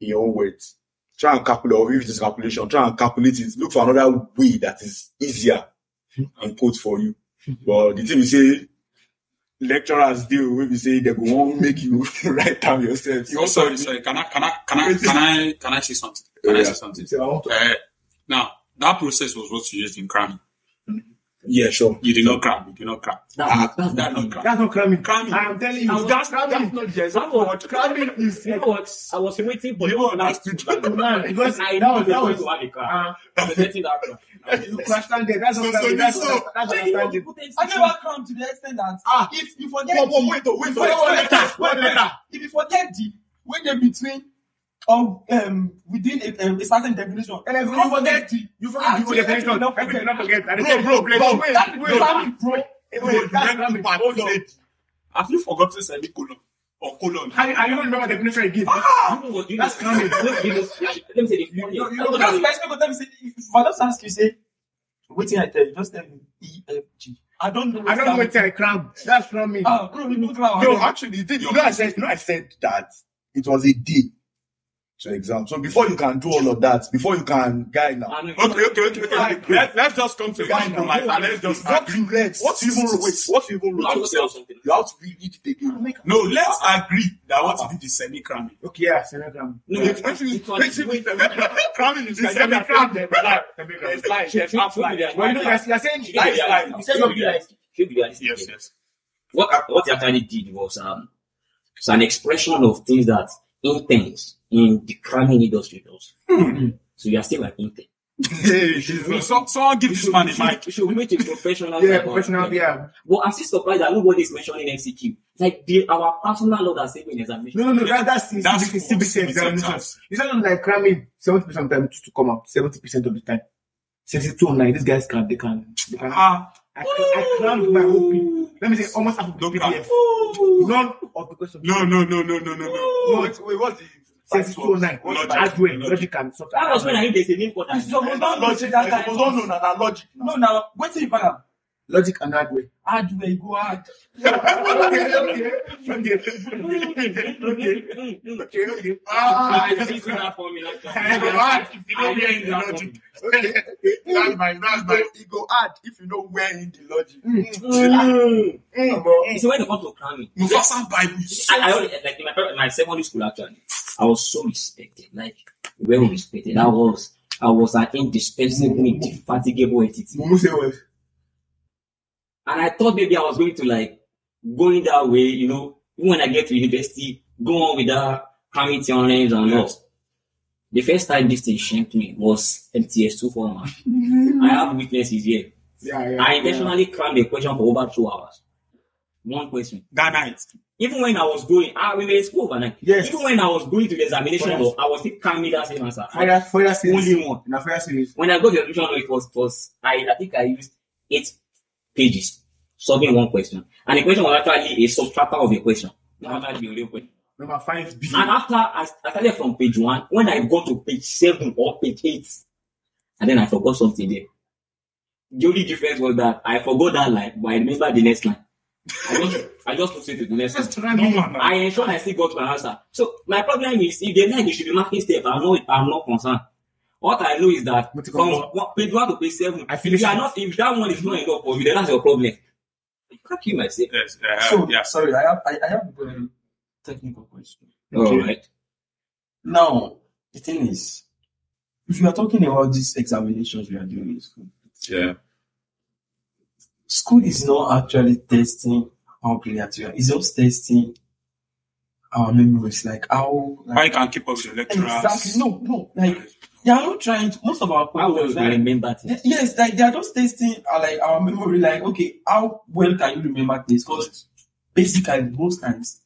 Speaker 1: in your own words. Try and calculate, or if it's calculation, try and calculate it. Look for another way that is easier and quote for you. But the thing we say, lecturers deal will be saying they go won't make you write down yourself.
Speaker 2: You also sorry, sorry. Can I can I can I can I can I say something? Eh, Can I
Speaker 1: Yeah.
Speaker 2: say something? Uh, now that process was what you used in cramming.
Speaker 6: Yeah, sure.
Speaker 2: You did not cram. You did not cram.
Speaker 4: That's, that's
Speaker 2: That's not cram.
Speaker 3: That's not cramming.
Speaker 2: Cramming.
Speaker 3: I'm telling you,
Speaker 7: And that's-
Speaker 3: cramming.
Speaker 7: that's
Speaker 3: not just.
Speaker 7: That was-
Speaker 3: cramming is
Speaker 7: You know what? I was waiting for
Speaker 2: You
Speaker 7: you.
Speaker 2: understood.
Speaker 3: man because
Speaker 7: I
Speaker 3: that
Speaker 7: know
Speaker 3: was
Speaker 7: that
Speaker 3: that
Speaker 7: was
Speaker 3: was.
Speaker 7: to have a car.
Speaker 3: Uh,
Speaker 7: I'm waiting that car.
Speaker 3: you crashed down there. That's not cramming. That's not that's not understanding.
Speaker 5: I never come to the extent that
Speaker 3: Ah.
Speaker 5: if you forget
Speaker 1: Whoa, whoa,
Speaker 5: the-
Speaker 1: wait, oh, wait, wait,
Speaker 5: Wait, wait,
Speaker 1: wait.
Speaker 5: wait, wait, wait. If you forget the when they between or um within a, um, a certain definition,
Speaker 3: And if you
Speaker 5: Come Ah,
Speaker 3: forget,
Speaker 5: the
Speaker 3: you forget
Speaker 5: actual
Speaker 3: the definition.
Speaker 5: definition.
Speaker 3: Everything not forget. And
Speaker 1: Bro,
Speaker 3: then-
Speaker 1: bro, bro,
Speaker 3: bro,
Speaker 1: wait,
Speaker 5: that
Speaker 1: wait.
Speaker 5: cramming, bro.
Speaker 3: Wait, that's cramming. Hold on.
Speaker 2: Have you forgotten semicolon or colon?
Speaker 3: I I don't remember the definition I give. That's
Speaker 4: That's
Speaker 3: cramming.
Speaker 4: Let me say the funniest.
Speaker 3: you
Speaker 4: That's
Speaker 3: know
Speaker 4: what
Speaker 5: Just
Speaker 4: I'm-
Speaker 5: respect what them say. If I just ask you, say, waiting I tell you, just tell me E F G. I don't know.
Speaker 3: I don't know
Speaker 5: cramming-
Speaker 3: what I cram. That's cramming.
Speaker 5: Ah, bro, you know cram.
Speaker 1: No, actually, it did. You know, I said, you know, I said that it was a day to exam. So before you can do all of that, before you can guy now,
Speaker 4: And-
Speaker 2: Okay, okay, okay, okay.
Speaker 1: Like,
Speaker 2: Let, let's just come to a
Speaker 1: guy now,
Speaker 2: compromise and let's just
Speaker 1: what
Speaker 2: agree.
Speaker 1: you read, what you even wrote, what you even
Speaker 4: No, I'm
Speaker 1: wrote,
Speaker 4: just saying something.
Speaker 1: you have to read it again.
Speaker 2: No, let's agree that what you did is semi cramming.
Speaker 3: Okay, yeah, semi-cram.
Speaker 4: No,
Speaker 1: Wait,
Speaker 4: it-
Speaker 1: wait,
Speaker 4: it
Speaker 1: wait,
Speaker 4: was-
Speaker 1: wait, Cramming is
Speaker 3: It's
Speaker 1: like-
Speaker 3: semi-cram. Semi-cram.
Speaker 7: It's like, yes, half
Speaker 4: Should be
Speaker 7: like.
Speaker 4: there.
Speaker 3: Well, you know, you're you're saying
Speaker 4: Should be there.
Speaker 3: you
Speaker 4: You
Speaker 3: said
Speaker 4: said should
Speaker 3: something
Speaker 4: be
Speaker 3: like
Speaker 4: there. Should be there.
Speaker 2: Yes, yes.
Speaker 4: What what he actually did was um, it's an expression of things that intense in the cramming industry does. So you are still an intern.
Speaker 2: So, someone give this man a mic.
Speaker 4: You should make a professional.
Speaker 3: yeah,
Speaker 4: type of-
Speaker 3: professional. Yeah.
Speaker 4: But I'm still surprised that nobody is mentioning MCQ. Like the, our personal law that's saving examination.
Speaker 3: No, no, no. That, that's the
Speaker 2: That's
Speaker 3: CBC,
Speaker 2: for
Speaker 3: CBC
Speaker 2: CBC
Speaker 3: examination.
Speaker 2: exams.
Speaker 3: You said like cramming seventy percent of the time to come out. Seventy percent of the time. Sixty-two online. These guys can. They can. They can.
Speaker 2: Ah,
Speaker 3: I, I crammed my whole P. Let me say almost half of the
Speaker 2: Don't
Speaker 3: PDF. None of because of
Speaker 2: no, no, no, no, no, no, no.
Speaker 1: No, wait, wait, what's the-
Speaker 3: sixty-two online.
Speaker 2: Logic.
Speaker 3: That's where
Speaker 2: Logic.
Speaker 3: logic and stuff.
Speaker 4: That was when I knew there's a name for
Speaker 5: You
Speaker 4: that.
Speaker 5: suppose not know
Speaker 1: Logic,
Speaker 5: say
Speaker 1: I
Speaker 5: that kind
Speaker 1: suppose don't know
Speaker 5: of
Speaker 1: na- na logic now.
Speaker 5: No, now waiting you find out.
Speaker 3: Logic and hard way.
Speaker 5: Hard way, go hard.
Speaker 4: I didn't see that for me. Like,
Speaker 1: Okay, that's my, that's my. It go hard if you know where in the logic.
Speaker 4: so when it comes to cramming,
Speaker 2: Mufasa Bible. is-
Speaker 4: I, I only, like in my, pri- my secondary school actually, I was so respected, like well respected. I was I was an indispensable, indefatigable entity,
Speaker 3: Mumu say what?
Speaker 4: and I thought maybe I was going to like going that way, you know. Even when I get to university, go on with that cramming theorems and all. The first time this thing shamed me was MTS2 format. I have witnesses here.
Speaker 3: Yeah, yeah.
Speaker 4: I
Speaker 3: yeah.
Speaker 4: intentionally crammed a question for over two hours. One question.
Speaker 2: That night.
Speaker 4: Even when I was going, ah, I remained school overnight.
Speaker 3: Yes.
Speaker 4: Even when I was going to the examination,
Speaker 3: Yes.
Speaker 4: hall, I was still cramming that same answer.
Speaker 3: Fire, fire series.
Speaker 4: Only one.
Speaker 3: In a fire series.
Speaker 4: When I got the examination, hall, it was, it was I, I think I used eight pages solving one question. And the question was actually a subtractor of a question. Not actually a real question.
Speaker 3: Number five B.
Speaker 4: And after I, I started from page one, when I got to page seven or page eight, and then I forgot something there. The only difference was that I forgot that line, but I remember the next line. I just I just put it to the next line.
Speaker 3: Just cramming.
Speaker 4: I ensured I still got my answer. So my problem is if they like they should be marking step, I'm not I'm not concerned. What I know is that
Speaker 3: But you
Speaker 4: from
Speaker 3: got
Speaker 4: one, page one to page seven,
Speaker 3: I
Speaker 4: if
Speaker 3: finished
Speaker 4: you are
Speaker 3: it.
Speaker 4: not if that one is not enough for you, then that's your problem. I can't kill myself.
Speaker 2: Yes, uh,
Speaker 5: So,
Speaker 2: yes.
Speaker 5: sorry, I have, I, I have a technical question.
Speaker 4: All right.
Speaker 5: Now, the thing is, if you are talking about these examinations we are doing in school,
Speaker 6: Yeah.
Speaker 5: school is not actually testing how brilliant you are. It's just testing our memories, like how.
Speaker 2: Why you
Speaker 5: Like,
Speaker 2: can't keep up with the lecturers?
Speaker 5: exactly. No, no. Like they are not trying. To, most of our
Speaker 4: How well do I
Speaker 5: like,
Speaker 4: remember things?
Speaker 5: yes, like they are just testing uh, like our memory. Like okay, how well can you remember things? Because basically, most times,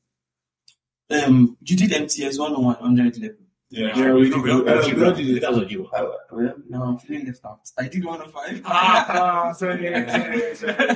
Speaker 5: um, you did MTS one on one hundred level.
Speaker 2: Yeah.
Speaker 3: Yeah, we do.
Speaker 2: We all-
Speaker 3: Uh, we all did it.
Speaker 4: That's what you
Speaker 5: Uh, well, now I'm feeling left out. I did one of five.
Speaker 3: Ah, sorry. sorry, sorry.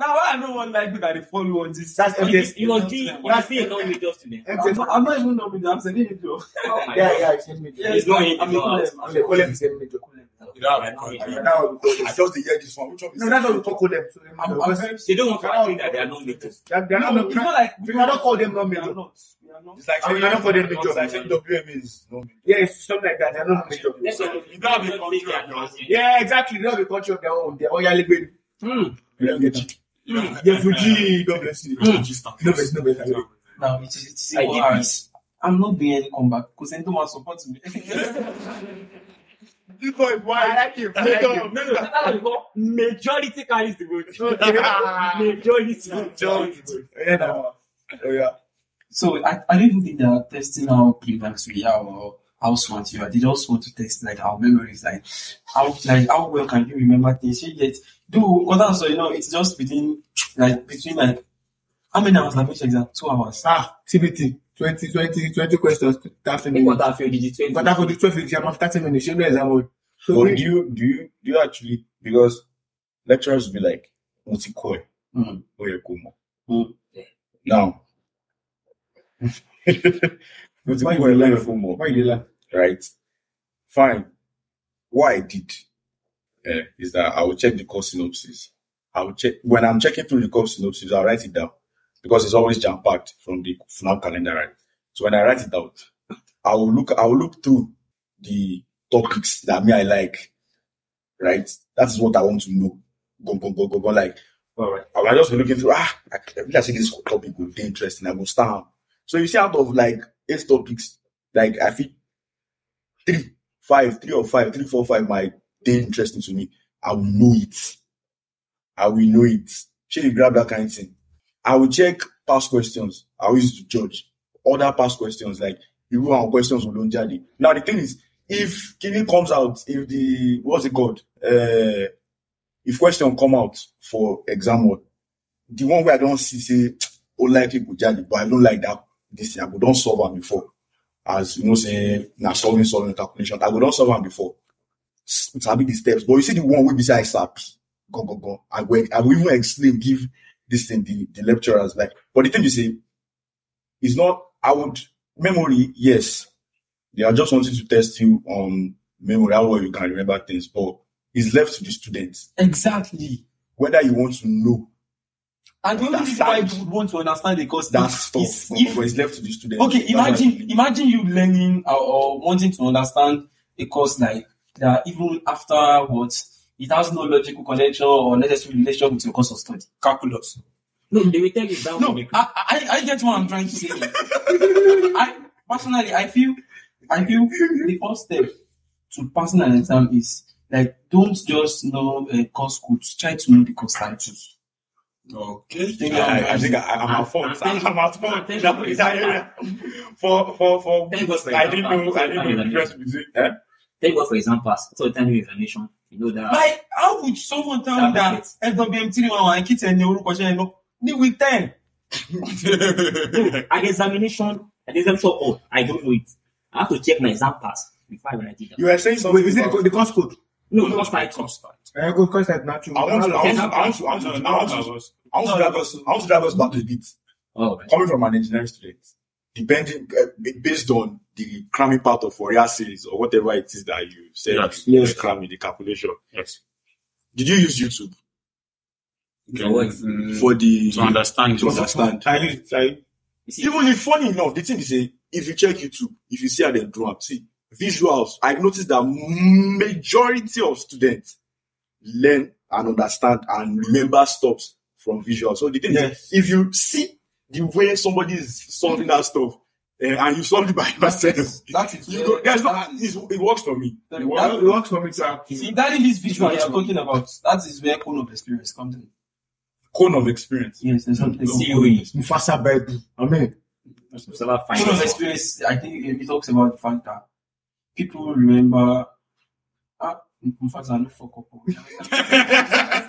Speaker 5: now I know one like that I follow on this.
Speaker 3: That's
Speaker 4: You
Speaker 3: MTS.
Speaker 4: must- you must be, you must be a non-major student.
Speaker 5: I'm
Speaker 3: MTS.
Speaker 5: not, I'm not even nominated. I'm sending it to.
Speaker 4: Oh my
Speaker 3: Yeah,
Speaker 4: God.
Speaker 3: yeah, it's same major.
Speaker 4: It's not in-
Speaker 5: I'm
Speaker 4: it's not out.
Speaker 5: not. I'm
Speaker 3: Okay,
Speaker 5: not.
Speaker 3: Colem, same major. Colem.
Speaker 2: You don't have a problem.
Speaker 3: Yeah, that one we
Speaker 1: I
Speaker 3: call Colem.
Speaker 1: just dey hear this one. Which one is
Speaker 3: No, that's what we call Colem. So they're
Speaker 5: I'm,
Speaker 3: not-
Speaker 5: I'm very.
Speaker 4: They don't want to admit that they are non-major.
Speaker 3: They're they're
Speaker 5: No, it's not
Speaker 3: not.
Speaker 5: like
Speaker 3: We cannot call them
Speaker 5: We are
Speaker 3: non-major.
Speaker 5: not. We are not.
Speaker 1: It's like
Speaker 3: I mean, I don't call them major.
Speaker 1: It's like saying WMA is no major.
Speaker 3: Yeah, it's something like that. They're not major.
Speaker 4: That's
Speaker 2: So,
Speaker 4: what-
Speaker 2: you don't have a
Speaker 4: don't think they are
Speaker 2: control.
Speaker 4: non-major.
Speaker 3: Yeah, exactly. They have a culture of their own. They're all yelling baby.
Speaker 4: Hmm.
Speaker 3: Refugee, God bless you.
Speaker 4: Mm.
Speaker 3: No, but it's no better.
Speaker 5: Now it is. It is
Speaker 4: I
Speaker 5: equal
Speaker 4: did
Speaker 5: hours. I'm not doing any comeback because anyone supports me.
Speaker 1: This boy is
Speaker 3: I
Speaker 1: wild.
Speaker 3: like you. I like you.
Speaker 7: No, no, that's what we call majority carries the vote. majority.
Speaker 1: Majority.
Speaker 3: Yeah, no.
Speaker 1: Oh, yeah.
Speaker 5: So I, I don't even think they are testing how playbacks we are or how smart you are. They just want to test like our memories, like how like how well can you remember things. You get do because so you know it's just within like between like how many hours have each exam? Two hours.
Speaker 3: Ah, TBT. 20, 20, 20 questions, 30
Speaker 4: Think what
Speaker 3: minutes.
Speaker 4: I feel did you
Speaker 3: But after the 12 exam, after 30 minutes, you know exam. So
Speaker 1: But do
Speaker 3: we
Speaker 1: you do you do you actually because lecturers be like what's it called?
Speaker 3: Hmm.
Speaker 5: Mm.
Speaker 1: Oye Kumo.
Speaker 5: Mm.
Speaker 1: Now what's it
Speaker 3: Why
Speaker 1: called?
Speaker 3: you
Speaker 1: Oye
Speaker 3: laugh?
Speaker 1: Kumo,
Speaker 3: Why you dey laugh?
Speaker 1: Right. Fine. What I did eh, is that I will check the course synopsis. I will check when I'm checking through the course synopsis, I'll write it down because it's always jam packed from the FNAP calendar, right? So when I write it out, I will look I will look through the topics that me I like, right? That is what I want to know. Go go go go go like. All right. I will just be looking through. Ah, I, I think this topic will be interesting. I will start. am. So you see, out of like eight topics, like I feel three, five, three or five, three, four, five might be interesting to me. I will know it. I will know it. Should you grab that kind of thing? I will check past questions. I will use it to judge other past questions, like you go and questions will don't judge. Now the thing is, if Kini comes out, if the what's it called? Uh, if question come out for example, the one where I don't see say oh likely go judge, but I don't like that this thing. I go don't solve am before as you know, say na solving solving calculation. I would not solve am before. S- Sabi the steps, but you see the one wey be say I sabi. Go go go. I will I will even explain give this thing the the lecturers like. But the thing you say is not. I would memory yes. They are just wanting to test you on memory how well you can remember things, but it's left to the students
Speaker 5: Exactly.
Speaker 1: whether you want to know
Speaker 5: And the only
Speaker 1: That's
Speaker 5: reason why
Speaker 1: sad.
Speaker 5: you would want to understand the course
Speaker 1: that
Speaker 5: is-
Speaker 1: stuff.
Speaker 5: is
Speaker 1: but
Speaker 5: if
Speaker 1: it's left to the students.
Speaker 5: Okay,
Speaker 1: That's why I
Speaker 5: imagine
Speaker 1: believe.
Speaker 5: imagine you learning or, or wanting to understand a course like that even afterwards it has no logical connection or necessary relation with your course of study.
Speaker 2: Calculus.
Speaker 4: No, they will tell you that
Speaker 5: No,
Speaker 4: one.
Speaker 5: I, I I get what I'm trying to say. I personally I feel I feel the first step to passing an exam is like don't just know a course code, try to know the course title.
Speaker 2: Okay.
Speaker 5: Think
Speaker 1: I,
Speaker 5: I'm-
Speaker 1: I- I think I, I'm at fault.
Speaker 4: Thank-
Speaker 1: I'm at fault.
Speaker 4: thank
Speaker 1: That
Speaker 4: God.
Speaker 1: is that area. For for for
Speaker 4: Thank God for
Speaker 1: I
Speaker 4: example.
Speaker 1: didn't know. I didn't know the difference between. Eh?
Speaker 4: Take what for example, so tell me explanation. You know that.
Speaker 5: Like, how would someone tell me that FWM 311 kí tẹ̀ ní orúkọ ṣe ẹnu ní week ten?
Speaker 1: eh?
Speaker 4: No, an examination, an examination, oh, I don't know it. I have to check my exam pass before I write it down.
Speaker 1: You were saying something.
Speaker 3: Wait, is it
Speaker 1: about-
Speaker 3: the course code?
Speaker 4: No, no, I talk.
Speaker 3: Uh, good course that not true.
Speaker 1: I want to. I want to. I want to. I want to. I want to, I want to drag us. I want to drag us back a bit.
Speaker 4: Oh, right.
Speaker 1: Coming from an engineering student, depending uh, b- based on the cramming part of Fourier series or whatever it is that you said.
Speaker 6: Yes.
Speaker 1: You yes. Cramming the calculation.
Speaker 6: Yes.
Speaker 1: Did you use YouTube
Speaker 4: So what?
Speaker 6: To
Speaker 1: for the
Speaker 6: understand.
Speaker 1: to understand?
Speaker 3: I used, I,
Speaker 4: You see,
Speaker 1: Even if funny enough, the thing is, eh, if you check YouTube, if you see how they draw up, see visuals. I noticed that majority of students learn and understand and remember stops from visuals. So the thing
Speaker 3: Yes.
Speaker 1: is, if you see the way somebody is solving that stuff, eh, and you solve it by yourself,
Speaker 5: That is
Speaker 1: you go, there's no, it's, it works for me.
Speaker 5: That-
Speaker 1: It works.
Speaker 3: that works for me to
Speaker 5: See, that is this visual you're talking about. That is where cone of experience comes in.
Speaker 1: Cone of experience.
Speaker 5: Yes, there's something.
Speaker 4: see you in.
Speaker 3: Mufasa Bible. Amen.
Speaker 4: So I find
Speaker 5: Cone of
Speaker 4: it.
Speaker 5: experience, I think it talks about the fact that people remember. Ah, in fact, I no fuck up.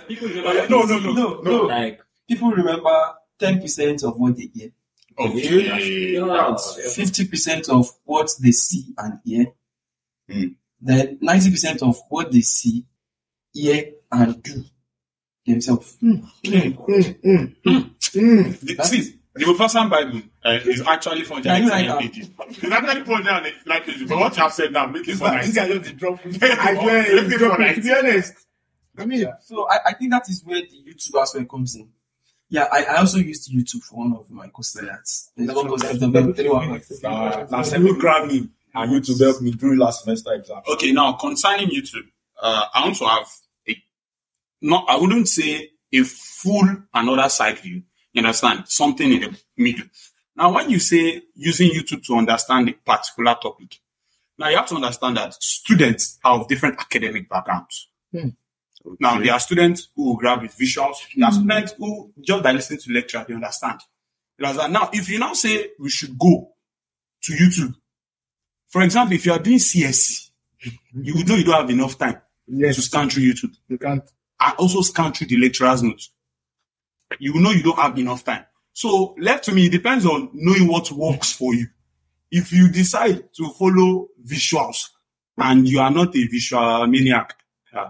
Speaker 4: People
Speaker 1: Eh,
Speaker 2: uh,
Speaker 4: remember
Speaker 1: No,
Speaker 4: this.
Speaker 1: no, no, no,
Speaker 5: No, no.
Speaker 4: Like,
Speaker 5: People remember 10% of what they hear,
Speaker 6: Okay.
Speaker 4: yeah.
Speaker 5: 50% of what they see and hear,
Speaker 1: Hmm.
Speaker 5: then 90% of what they see, hear, and do themselves.
Speaker 3: Mm, mm, mm.
Speaker 2: The, see, the Wofasam Bible uh, is actually from the
Speaker 5: Now you like
Speaker 2: 19th
Speaker 5: that.
Speaker 2: AD. It's actually from the 19th AD. But what you have said now, make it for
Speaker 1: This guy just
Speaker 2: 19th.
Speaker 1: dey drop.
Speaker 3: I swear,
Speaker 2: Make it for
Speaker 3: to
Speaker 2: 19th.
Speaker 3: be honest, I mean,
Speaker 5: So I, I think that is where the YouTube aspect comes in. Yeah, I, I also used YouTube for one of my courses. That's there's one course I've done, but anyway,
Speaker 3: Uh,
Speaker 1: Nah, nah, send me Grammy and YouTube helped me during last semester exam.
Speaker 2: Okay, now concerning YouTube, uh, I want to have a not. I wouldn't say a full another side view. You understand something in the middle. Now, when you say using YouTube to understand a particular topic, Now you have to understand that students are of different academic backgrounds. Now there are students who will grab with visuals. There are students who just by listening to lecture they understand. Because that now, if you now say we should go to YouTube, for example, if you are doing E, CSC, you would know you don't have enough time
Speaker 3: Yes,
Speaker 2: to scan through YouTube
Speaker 3: you can't.
Speaker 2: and also scan through the lecturer's notes. You know you don't have enough time. So left to me, it depends on knowing what works for you. If you decide to follow visuals and you are not a visual maniac, uh,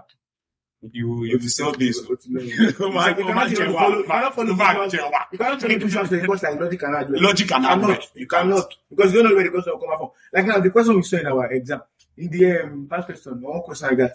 Speaker 2: you you will sell this.
Speaker 3: You
Speaker 2: Omar- Omar
Speaker 3: cannot even
Speaker 2: Jewa.
Speaker 3: follow- you cannot follow
Speaker 2: Omar
Speaker 3: visuals.
Speaker 2: Jewa.
Speaker 3: You cannot follow visuals to the course like logic and algebra.
Speaker 2: Logic and
Speaker 3: cannot.
Speaker 2: algebra.
Speaker 3: You cannot. Because you don't know where the question will come out from. Like now, the question we saw in our exam, in the um, past question, or one question I got,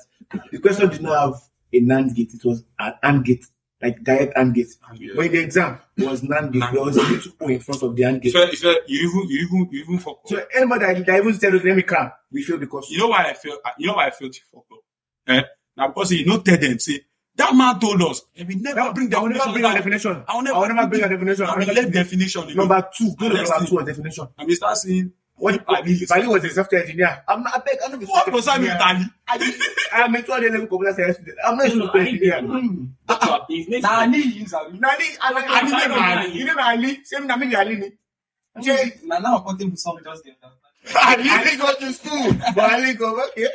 Speaker 3: the question did not have a NAND gate. It was an AND gate, like direct AND gate. But in the exam, it was NAND gate. There was a little O in front of the AND gate.
Speaker 2: If you, if you, you even you even you even fuck up.
Speaker 3: So anybody that, that even said, let me come, we failed the question.
Speaker 2: You know why I feel you know why I feel to fuck up. Eh? Now because you know tell them say that man told us and we never
Speaker 3: Now,
Speaker 2: bring
Speaker 3: I will
Speaker 2: definition
Speaker 3: never bring our
Speaker 2: down.
Speaker 3: definition.
Speaker 2: I will never,
Speaker 3: I will never bring our definition.
Speaker 2: I will let definition. alone.
Speaker 3: Number two, go to
Speaker 2: Let's
Speaker 3: number
Speaker 2: see.
Speaker 3: two on definition.
Speaker 2: and we start seeing
Speaker 3: What
Speaker 2: I mean,
Speaker 3: Vali was a software engineer. I'm not, I beg, I'm not a
Speaker 2: what
Speaker 3: software
Speaker 2: was I mean
Speaker 3: engineer.
Speaker 2: Tali?
Speaker 3: I did. I'm a 200 level computer science student. I'm not a
Speaker 4: No, no,
Speaker 3: software
Speaker 4: I need
Speaker 3: engineer.
Speaker 4: to- His name is-
Speaker 5: Nah, I need you, Sabi.
Speaker 3: Nani, I like
Speaker 4: I'm
Speaker 3: Ali.
Speaker 4: sorry,
Speaker 3: name
Speaker 4: I'm
Speaker 3: Ali.
Speaker 4: sorry.
Speaker 3: You name Ali. Same name me, Ali. ni. Jay.
Speaker 5: Nah, now I'm putting some just the other.
Speaker 3: Ali go to school. But Ali go, okay.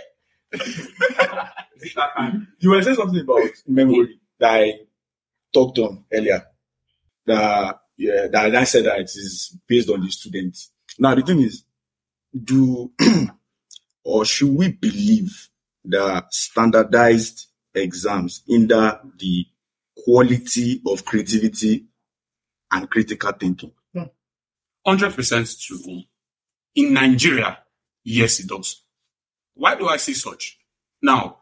Speaker 1: You were saying something about memory that I talked on earlier. That yeah, that I said that it is based on the student. Now the thing is, do or should we believe that standardized exams hinder the quality of creativity and critical thinking?
Speaker 2: Hundred percent true. In Nigeria, yes, it does. Why do I say such? Now,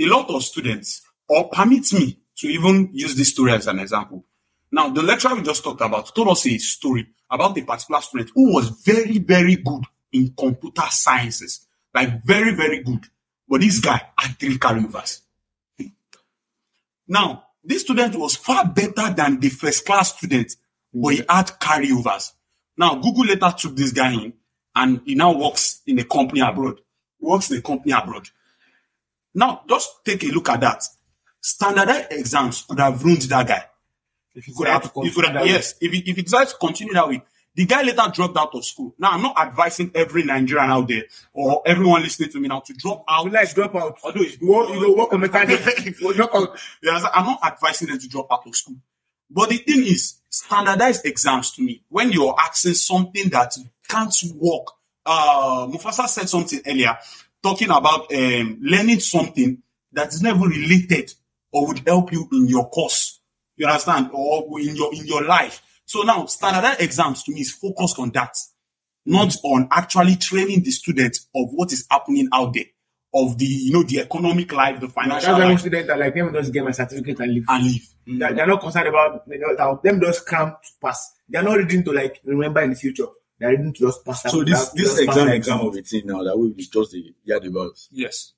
Speaker 2: a lot of students, or permit me to even use this story as an example. Now, the lecturer we just talked about told us a story about a particular student who was very, very good in computer sciences, like very, very good. But this guy had three carryovers. Now, this student was far better than the first class student, but he had carryovers. Now, Google later took this guy in, and he now works in a company abroad. He works in a company abroad. Now, just take a look at that. Standardized exams could have ruined that guy.
Speaker 3: If you
Speaker 2: Could have, if could have, yes, if he, if he decides to continue that way, the guy later dropped out of school. Now, I'm not advising every Nigerian out there or everyone listening to me now to drop out.
Speaker 3: Let's drop out.
Speaker 2: Although it's
Speaker 3: You go, you go work on mechanic. You drop out.
Speaker 2: You understand? I'm not advising them to drop out of school. But the thing is, standardized exams to me, when you're asking something that can't work, uh, Mufasa said something earlier, talking about um, learning something that is never related or would help you in your course. You understand? Or in your in your life. So now, standardized exams to me is focused on that not on actually training the student of what is happening out there, of the you know the economic life, the
Speaker 3: That's
Speaker 2: financial
Speaker 3: why most
Speaker 2: life,
Speaker 3: students are like, let me just get my certificate and leave.
Speaker 2: and leave.
Speaker 8: Mm.
Speaker 3: That They're not concerned about you know, that them just come to pass. They're not reading to like remember in the future. They're reading to just pass.
Speaker 1: So
Speaker 3: that-
Speaker 1: this
Speaker 3: that-
Speaker 1: this
Speaker 3: just pass
Speaker 1: exam
Speaker 3: that
Speaker 1: exam of a thing now that we discussed the yard about.
Speaker 2: Yes.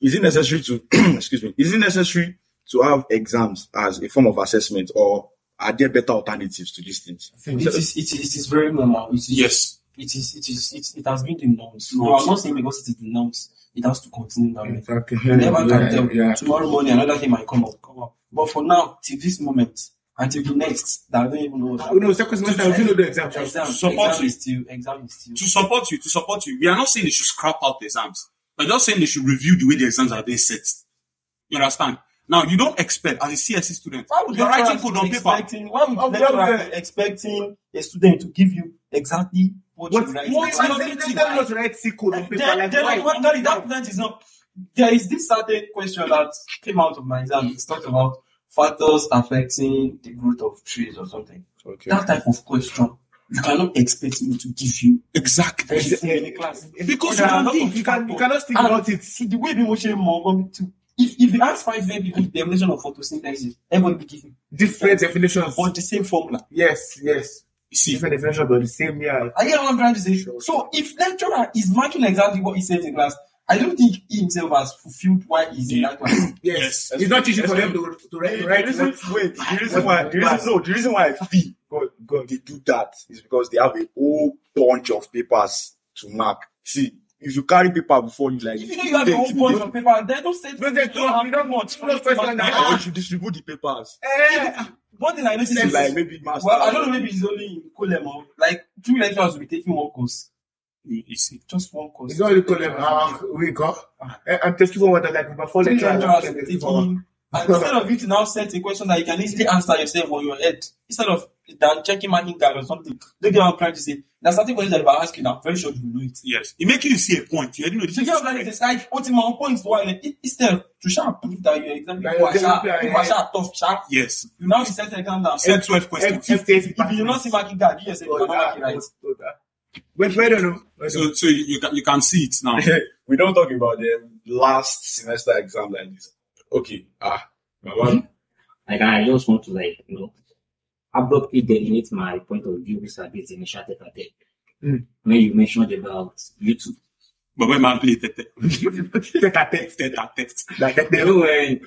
Speaker 1: is it necessary to excuse me is it necessary to have exams as a form of assessment or are there better alternatives to these things
Speaker 5: It is, it is, it is very normal. It is,
Speaker 2: Yes.
Speaker 5: It is, it is, it, it has been the norms. No,
Speaker 2: Norms.
Speaker 5: I'm not saying because it is the norms, it has to continue that way.
Speaker 3: Exactly.
Speaker 5: You never can tell.
Speaker 3: Yeah.
Speaker 5: Tomorrow morning, another thing might come up. Come up. But for now, till this moment, until the next, that I don't even know what
Speaker 3: Oh, no, second semester, I feel no the exam.
Speaker 5: Exam,
Speaker 2: Support
Speaker 5: exam
Speaker 2: you.
Speaker 5: is still, exam is still.
Speaker 2: To support you, to support you, we are not saying they should scrap out the exams. We're just saying they should review the way the exams are being set. You understand? Now you don't expect as a CSE
Speaker 8: E
Speaker 2: student, you're
Speaker 5: lecturers
Speaker 2: writing code on
Speaker 5: be
Speaker 2: paper.
Speaker 5: expecting- Why would
Speaker 3: Oh,
Speaker 5: lecturers
Speaker 3: yeah.
Speaker 5: be expecting a student to give you exactly what,
Speaker 3: What?
Speaker 5: you
Speaker 3: What?
Speaker 5: write?
Speaker 3: What?
Speaker 5: Why?
Speaker 3: Tell them not to write C code on
Speaker 5: Then,
Speaker 3: paper. Like,
Speaker 5: then
Speaker 3: why?
Speaker 5: what- that, that student is not. There is this certain question that came out of my exam. It's talked about factors affecting the growth of trees or something.
Speaker 1: okay
Speaker 5: That type of question, you cannot expect me to give you
Speaker 2: Exactly.
Speaker 5: give you in the class.
Speaker 2: Because you
Speaker 3: There are a
Speaker 2: can
Speaker 3: lot
Speaker 2: think.
Speaker 3: of- You can- you cannot think
Speaker 5: And
Speaker 3: about it.
Speaker 5: See, the way people share more going to. If, if you ask five people the definition of photosynthesis, everyone will give you
Speaker 3: Different definitions.
Speaker 5: on the same formula.
Speaker 3: Yes, yes.
Speaker 2: You see,
Speaker 3: Different definitions, but the same year.
Speaker 5: I get what I'm trying to say. So if lecturer is marking exactly what he says in class, I don't think he himself has fulfilled why he's in that class.
Speaker 3: Yes. It's not easy for them to, to write.
Speaker 1: the
Speaker 3: write
Speaker 1: reason, wait, the reason why, the reason, no, the reason why I feel God, God, they do that is because they have a whole bunch of papers to mark. See, if you carry paper before you like
Speaker 5: If you know you have your own bunch of paper, then don't say
Speaker 3: No, they don't-
Speaker 5: have
Speaker 3: we don't-
Speaker 5: much.
Speaker 3: we don't question that.
Speaker 1: or you should distribute the papers
Speaker 3: Eh,
Speaker 5: One thing I noticed
Speaker 1: Say
Speaker 5: is
Speaker 1: like maybe master
Speaker 5: well, I don't know, maybe it's only in Kolem or like two lecturers will be taking one course.
Speaker 8: You see.
Speaker 5: Just one course.
Speaker 3: it's not really called them uh, we go. Eh, I'm testing for water like before
Speaker 5: Three
Speaker 3: lecture.
Speaker 5: lecturers will be
Speaker 3: Well,
Speaker 5: taking and instead of you to now set a question that you can easily answer yourself on your head, instead of than checking marking card or something, they get what I'm trying to say. There's certain questions that if I ask you now, I'm very sure you will know it.
Speaker 8: Yes. It makes you see a point. You already know this
Speaker 5: So you
Speaker 8: is
Speaker 5: get what I'm trying to say? It's like, what in my own points, why instead to sharp prove that you're exactly
Speaker 3: That
Speaker 5: who are
Speaker 3: you're
Speaker 5: sharp,
Speaker 3: exactly-
Speaker 5: who are sharp, tough, sharp.
Speaker 8: Yes.
Speaker 5: You now set an exam that
Speaker 8: Set 12 questions.
Speaker 3: F- FTS
Speaker 5: if you not see marking card, you yourself
Speaker 3: Oh,
Speaker 5: cannot mark it
Speaker 3: that-
Speaker 5: right.
Speaker 3: oh, that. Wait, wait, no, no. Wait, no.
Speaker 8: So, so you, you, can, you can see it now.
Speaker 1: we don't talk about the last semester exam like this okay ah my man
Speaker 4: Like I just want to like you know abruptly delete my point of view vis-a-vis the initial tech attack.
Speaker 3: Mm.
Speaker 4: When you mentioned about YouTube.
Speaker 8: But when man play tete,
Speaker 3: Take a test.
Speaker 8: tete, tete.
Speaker 3: Like, like,
Speaker 4: You
Speaker 3: they
Speaker 4: know when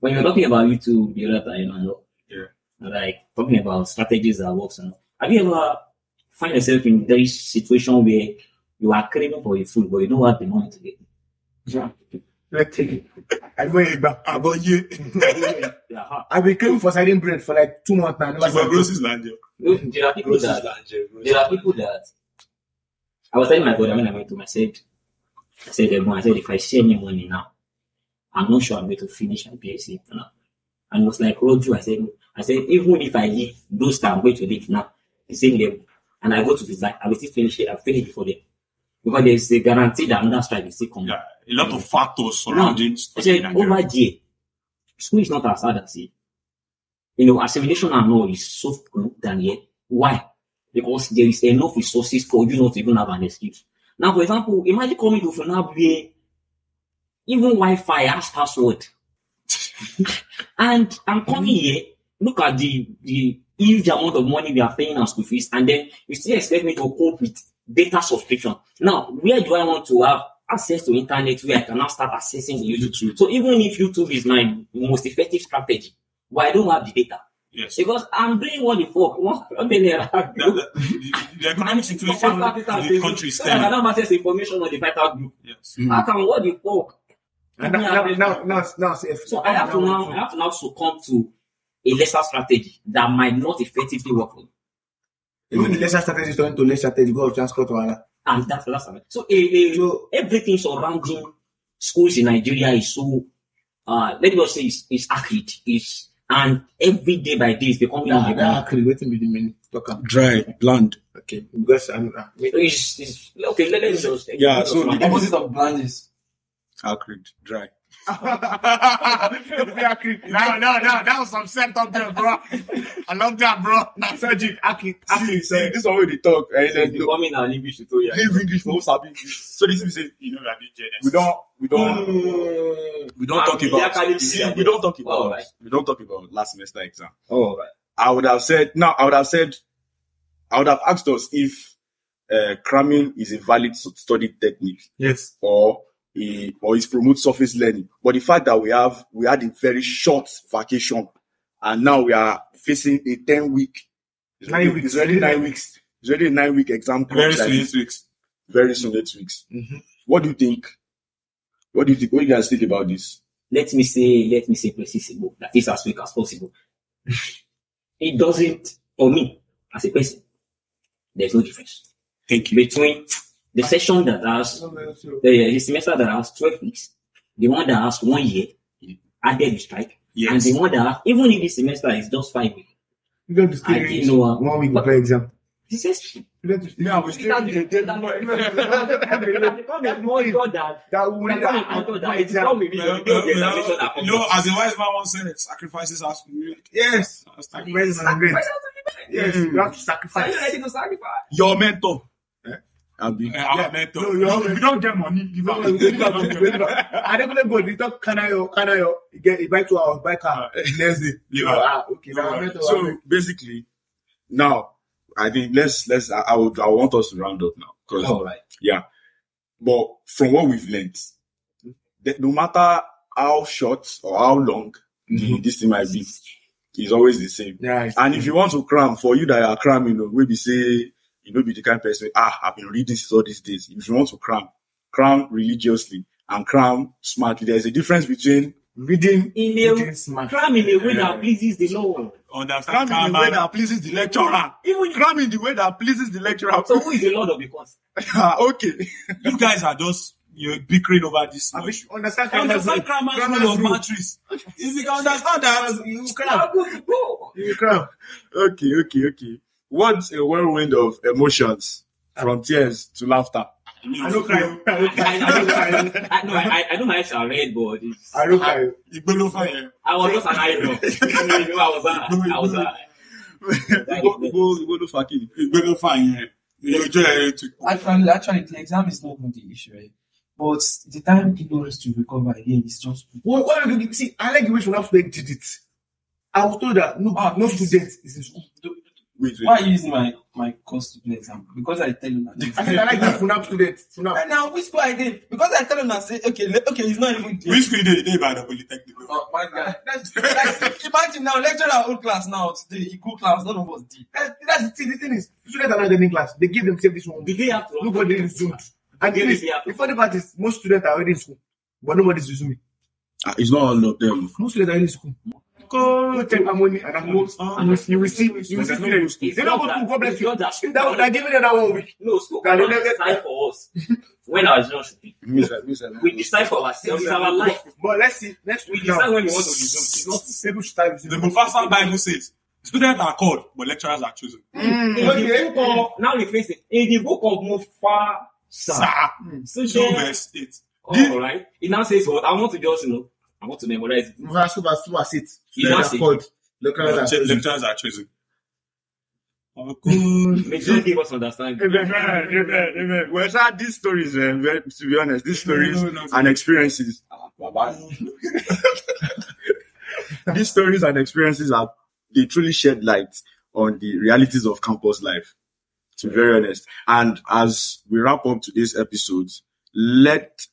Speaker 4: when you're talking about YouTube the other time and all,
Speaker 1: Yeah.
Speaker 4: like talking about strategies that works and all, have you ever find yourself in this situation where you are craving for a food but you don't have the money to get it?
Speaker 3: Let's take it. I go in back.
Speaker 8: About you.
Speaker 4: Yeah. huh?
Speaker 3: I've been craving for certain bread for like two months now. I never
Speaker 8: But
Speaker 3: said-
Speaker 8: gross is land here.
Speaker 4: There are people that there are people that I was telling my brother when I went to him, I said, I said, everyone, I said, if I see any money now, I'm not sure I'm going to finish my PSC now. And he was like, Roju, I said, I said, even if I leave those that I'm going to leave now, the same level, and I go to the back, I will still finish it, I'll finish before them. Because there's a guarantee that another strike will still come.
Speaker 8: Yeah. A lot of factors surrounding
Speaker 4: I
Speaker 8: study in
Speaker 4: said, "Oh
Speaker 8: Nigeria.
Speaker 4: over there, school is not as hard as it. You know, assimilation and all is so good than here. Why? Because there is enough resources for you not to even have an excuse. Now, for example, imagine coming to Funabwe, even Wi-Fi has password. and I'm coming here, look at the, the huge amount of money we are paying as school fees, and then you still expect me to cope with data subscription. Now, where do I want to have access to internet where I can now start accessing YouTube? So even if YouTube is my most effective strategy, but I don't have the data.
Speaker 8: Yes.
Speaker 4: Because I'm doing what the fuck, what what the hell?
Speaker 8: The, the, the, the economic situation in the country is Mm-hmm.
Speaker 4: So I can
Speaker 8: terrible.
Speaker 4: now access information on the vital group.
Speaker 8: Yes.
Speaker 4: I can what the fuck?
Speaker 3: And now, now, now, now, now, if,
Speaker 4: So I have to now, I have to now succumb to a lesser strategy that might not effectively work for me.
Speaker 3: Even the lesser strategy is turning to less strategy, go of transport or other.
Speaker 4: And that's that's all. so eh, a, a,
Speaker 3: So,
Speaker 4: everything surrounding schools in Nigeria is so uh let me just say it's, it's acrid. It's and every day by day it's becoming more
Speaker 3: now, now,
Speaker 4: acrid.
Speaker 3: actually, waiting with the minute. Talk am.
Speaker 6: Dry, bland.
Speaker 3: Okay. Because I'm, uh,
Speaker 4: It's, it's, okay, let, let's just
Speaker 6: Yeah, so the-
Speaker 5: Opposite of blandness.
Speaker 6: Acrid, dry.
Speaker 1: no no no that was some set up there bro i love that bro na surgery aki aki say this one wey dey talk eh
Speaker 4: it's
Speaker 1: say no
Speaker 4: becoming an English tutorial.
Speaker 1: leave english for who sabi english so this mean say
Speaker 8: You know that the JNS.
Speaker 1: we don we don
Speaker 8: we don't
Speaker 4: I'm
Speaker 1: Ah,
Speaker 8: talk about
Speaker 4: mediocre.
Speaker 1: you see, we don talk about
Speaker 4: Alright.
Speaker 1: we don talk about last semester exam
Speaker 4: Oh right.
Speaker 1: I would have said now. I would have said, I would have asked us if uh, cramming is a valid s- study technique
Speaker 3: yes.
Speaker 1: or a, or is promote surface learning. But the fact that we have we had a very short vacation and now we are facing a ten week, it's
Speaker 3: Nine
Speaker 1: already-
Speaker 3: weeks.
Speaker 1: it's already nine weeks, it's already a nine week exam
Speaker 8: very
Speaker 1: crunch like
Speaker 8: soon
Speaker 1: this.
Speaker 8: eight weeks.
Speaker 1: very soon eight weeks.
Speaker 3: Mhm.
Speaker 1: What do you think? What do you think? What do you guys think about this?
Speaker 4: Let me say, let me say precision. That is as quick as possible. it doesn't for me as a person. There's no difference
Speaker 8: Thank you.
Speaker 4: between the session that has the, the semester that has 12 weeks, the one that has one year, added the strike,
Speaker 8: Yes.
Speaker 4: and the one that has, even if this semester is just five weeks.
Speaker 3: You don't still
Speaker 4: I
Speaker 3: reach
Speaker 4: didn't know, uh,
Speaker 3: one week
Speaker 4: but-
Speaker 3: before exam.
Speaker 4: This is
Speaker 3: You don't still
Speaker 1: Yeah, we still
Speaker 4: that
Speaker 3: that would
Speaker 8: Well, well, well, you know, as a wise man once said, sacrifices are
Speaker 3: Yes.
Speaker 8: That's like-
Speaker 3: Sacrifice is great. Yes, you have to sacrifice.
Speaker 8: your mentor.
Speaker 6: Abi.
Speaker 8: Uh, our mentor.
Speaker 3: No, your
Speaker 8: If you don't get money. Give up.
Speaker 3: I don't know, but we talk oh, Kanayo, Kanayo, you get you buy two hours, buy car. Next day.
Speaker 8: Leave her.
Speaker 3: Ah, okay. now I'm not-
Speaker 1: so basically, now I think let's let's I, I would I want us to round up now because
Speaker 4: Oh.
Speaker 1: yeah, but from what we've learned, that no matter how short or how long the- this thing might be, is always the same.
Speaker 3: Yeah, it's-
Speaker 1: And if you want to cram, for you that are cramming, you know, maybe say you know, be the kind of person, ah, I've been reading this all these days. If you want to cram, cram religiously and cram smartly. There's a difference between reading
Speaker 3: Looking
Speaker 4: In a
Speaker 3: smart.
Speaker 4: cram in a way that pleases the Lord.
Speaker 9: Understand?
Speaker 1: cram in the way
Speaker 9: Calm
Speaker 1: that pleases the lecturer.
Speaker 4: Even
Speaker 1: Cram in the way that pleases the lecturer.
Speaker 4: so, who is the Lord of the course?
Speaker 1: Ah, okay.
Speaker 9: You guys are just you're bickering over this.
Speaker 1: I
Speaker 9: much.
Speaker 1: wish you understand.
Speaker 9: I understand grammar's
Speaker 3: Grammar's
Speaker 9: rule of
Speaker 3: rule.
Speaker 9: matrix. If you can understand that,
Speaker 3: You cram.
Speaker 4: How good to go?
Speaker 3: You cram.
Speaker 1: Okay, okay, okay. What a whirlwind of emotions from tears to laughter.
Speaker 3: I don't cry. I don't
Speaker 4: I, I,
Speaker 3: cry.
Speaker 4: don't- I, no, I, I know my eyes are red, but it's,
Speaker 3: I don't cry.
Speaker 2: Igbolofa yẹn.
Speaker 4: I was just an idol. you know, I was a, I was a,
Speaker 1: Igbo- Igbo- Igbo ló fa kini?
Speaker 2: Igbolofa yẹn. Ìyọjọ́ ẹ̀ ti kú.
Speaker 5: Actually, actually, the exam is not even the issue, right? But the time it goes to recover again is just.
Speaker 3: What, what do you see? I like the way Shona Flake did it. I was told that no,
Speaker 5: Ah,
Speaker 3: no student is in school.
Speaker 1: Wait, wait.
Speaker 5: Why are you using my my course to do exam? Because I tell you
Speaker 3: I
Speaker 5: that.
Speaker 3: said, I like that Shona student. Shona.
Speaker 5: and now which school I did? Because I tell him and say, okay, le- okay, he's not even.
Speaker 2: Which school dey dey Ibadan Polytechnic?
Speaker 5: Oh, my God. Like, imagine now, lecturer old class now today, equal class, none of us did.
Speaker 3: That, Eh, that's the thing. The thing is, students are not in class. They give themselves this one.
Speaker 4: did they have to?
Speaker 3: Nobody is zoomed. And
Speaker 4: They
Speaker 3: it is,
Speaker 4: didn't have to.
Speaker 3: the funny part is, most students are already in school, but nobody's resuming.
Speaker 1: Ah, It's not all of them.
Speaker 3: Most students are already in school. Go take my money and I'm most, you will see, you will see students.
Speaker 4: It's
Speaker 3: They don't
Speaker 4: Ah. not
Speaker 3: go to school, God
Speaker 4: that-
Speaker 3: bless
Speaker 4: it's
Speaker 3: you.
Speaker 4: not that
Speaker 3: That, that giving them that one week.
Speaker 4: No, school
Speaker 3: Can
Speaker 4: can
Speaker 3: they
Speaker 4: not
Speaker 3: get-
Speaker 4: decide for us. when I was not sleeping,
Speaker 1: Means that- means that-
Speaker 4: we decide for ourselves. It's our life.
Speaker 3: But let's see, next
Speaker 4: We
Speaker 3: week
Speaker 4: decide
Speaker 3: now.
Speaker 4: when we want to resume. It's
Speaker 3: People should start
Speaker 2: The
Speaker 3: resuming.
Speaker 2: Mufasa Bible says, students are called, but lecturers are chosen.
Speaker 4: not-
Speaker 3: Mm,
Speaker 4: In the book of- Mm-hmm. Now we face it. In the book of Mufasa,
Speaker 2: Sir.
Speaker 4: so
Speaker 2: Two
Speaker 4: then,
Speaker 2: verse eight.
Speaker 4: all right. It now says, "What I want to just, you know, I want to memorize it."
Speaker 3: Verse over two as it.
Speaker 4: You don't see.
Speaker 3: Local as
Speaker 2: Lecturers lecturers are chosen. Okay.
Speaker 4: May God give us understanding.
Speaker 1: Amen, amen, amen. Well, sir, these stories, eh, very- to be honest, these
Speaker 2: No, no, no,
Speaker 1: stories
Speaker 2: no, no.
Speaker 1: and experiences, these stories and experiences are they truly shed light on the realities of campus life. To be very honest, and as we wrap up today's episode, let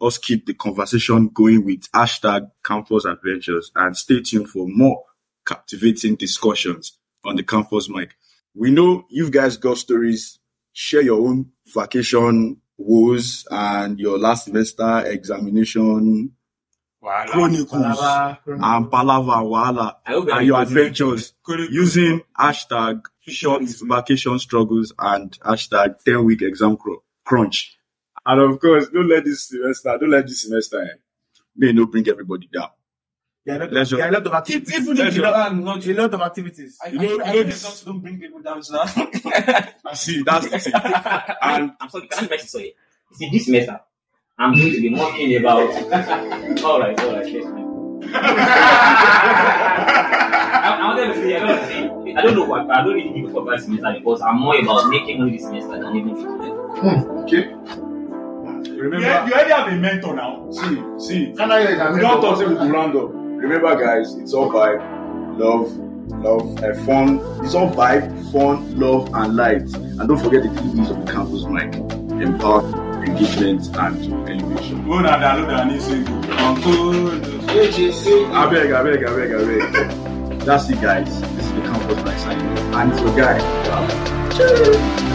Speaker 1: us keep the conversation going with hashtag campus adventures and stay tuned for more captivating discussions on the campus mic. We know you guys got stories. Share your own vacation woes and your last semester examination chronicles and palaver and wahala
Speaker 4: I hope
Speaker 1: and
Speaker 4: you
Speaker 1: your
Speaker 4: are
Speaker 1: adventures using hashtag short vacation struggles and hashtag 10 week exam cru- crunch. And of course, don't let this semester, don't let this semester end. May no bring everybody down.
Speaker 3: There are
Speaker 1: Let's
Speaker 3: a
Speaker 1: just-
Speaker 3: lot- there are a lot of activities.
Speaker 5: Even if you don't, I'm not.
Speaker 3: A lot of activities.
Speaker 5: I, I,
Speaker 1: You know-
Speaker 5: I,
Speaker 1: you know
Speaker 5: I
Speaker 1: this-
Speaker 5: just don't bring people down to that.
Speaker 1: See, that's the thing.
Speaker 4: I'm, I'm sorry, can I message sorry? You see, this matter, I'm going to be mocking about. all right, all right, yes, ma'am. I, I wanted to say, I don't say, I don't know what, I don't really give for that semester because I'm more about making money this semester than even for
Speaker 1: Remember,
Speaker 2: You already have a mentor now.
Speaker 1: see, see, we don't talk say we go
Speaker 3: Don't
Speaker 1: round up. Remember, guys, it's all vibe, love, love, and fun. It's all vibe, fun, love, and light. And don't forget the three E's of the campus mic: empower, engagement, and elevation.
Speaker 2: Go na download and listen to. Uncle.
Speaker 1: I beg, I beg, I beg, I beg. That's it, guys. This is the campus mic signing off. And it's your guy. Ciao.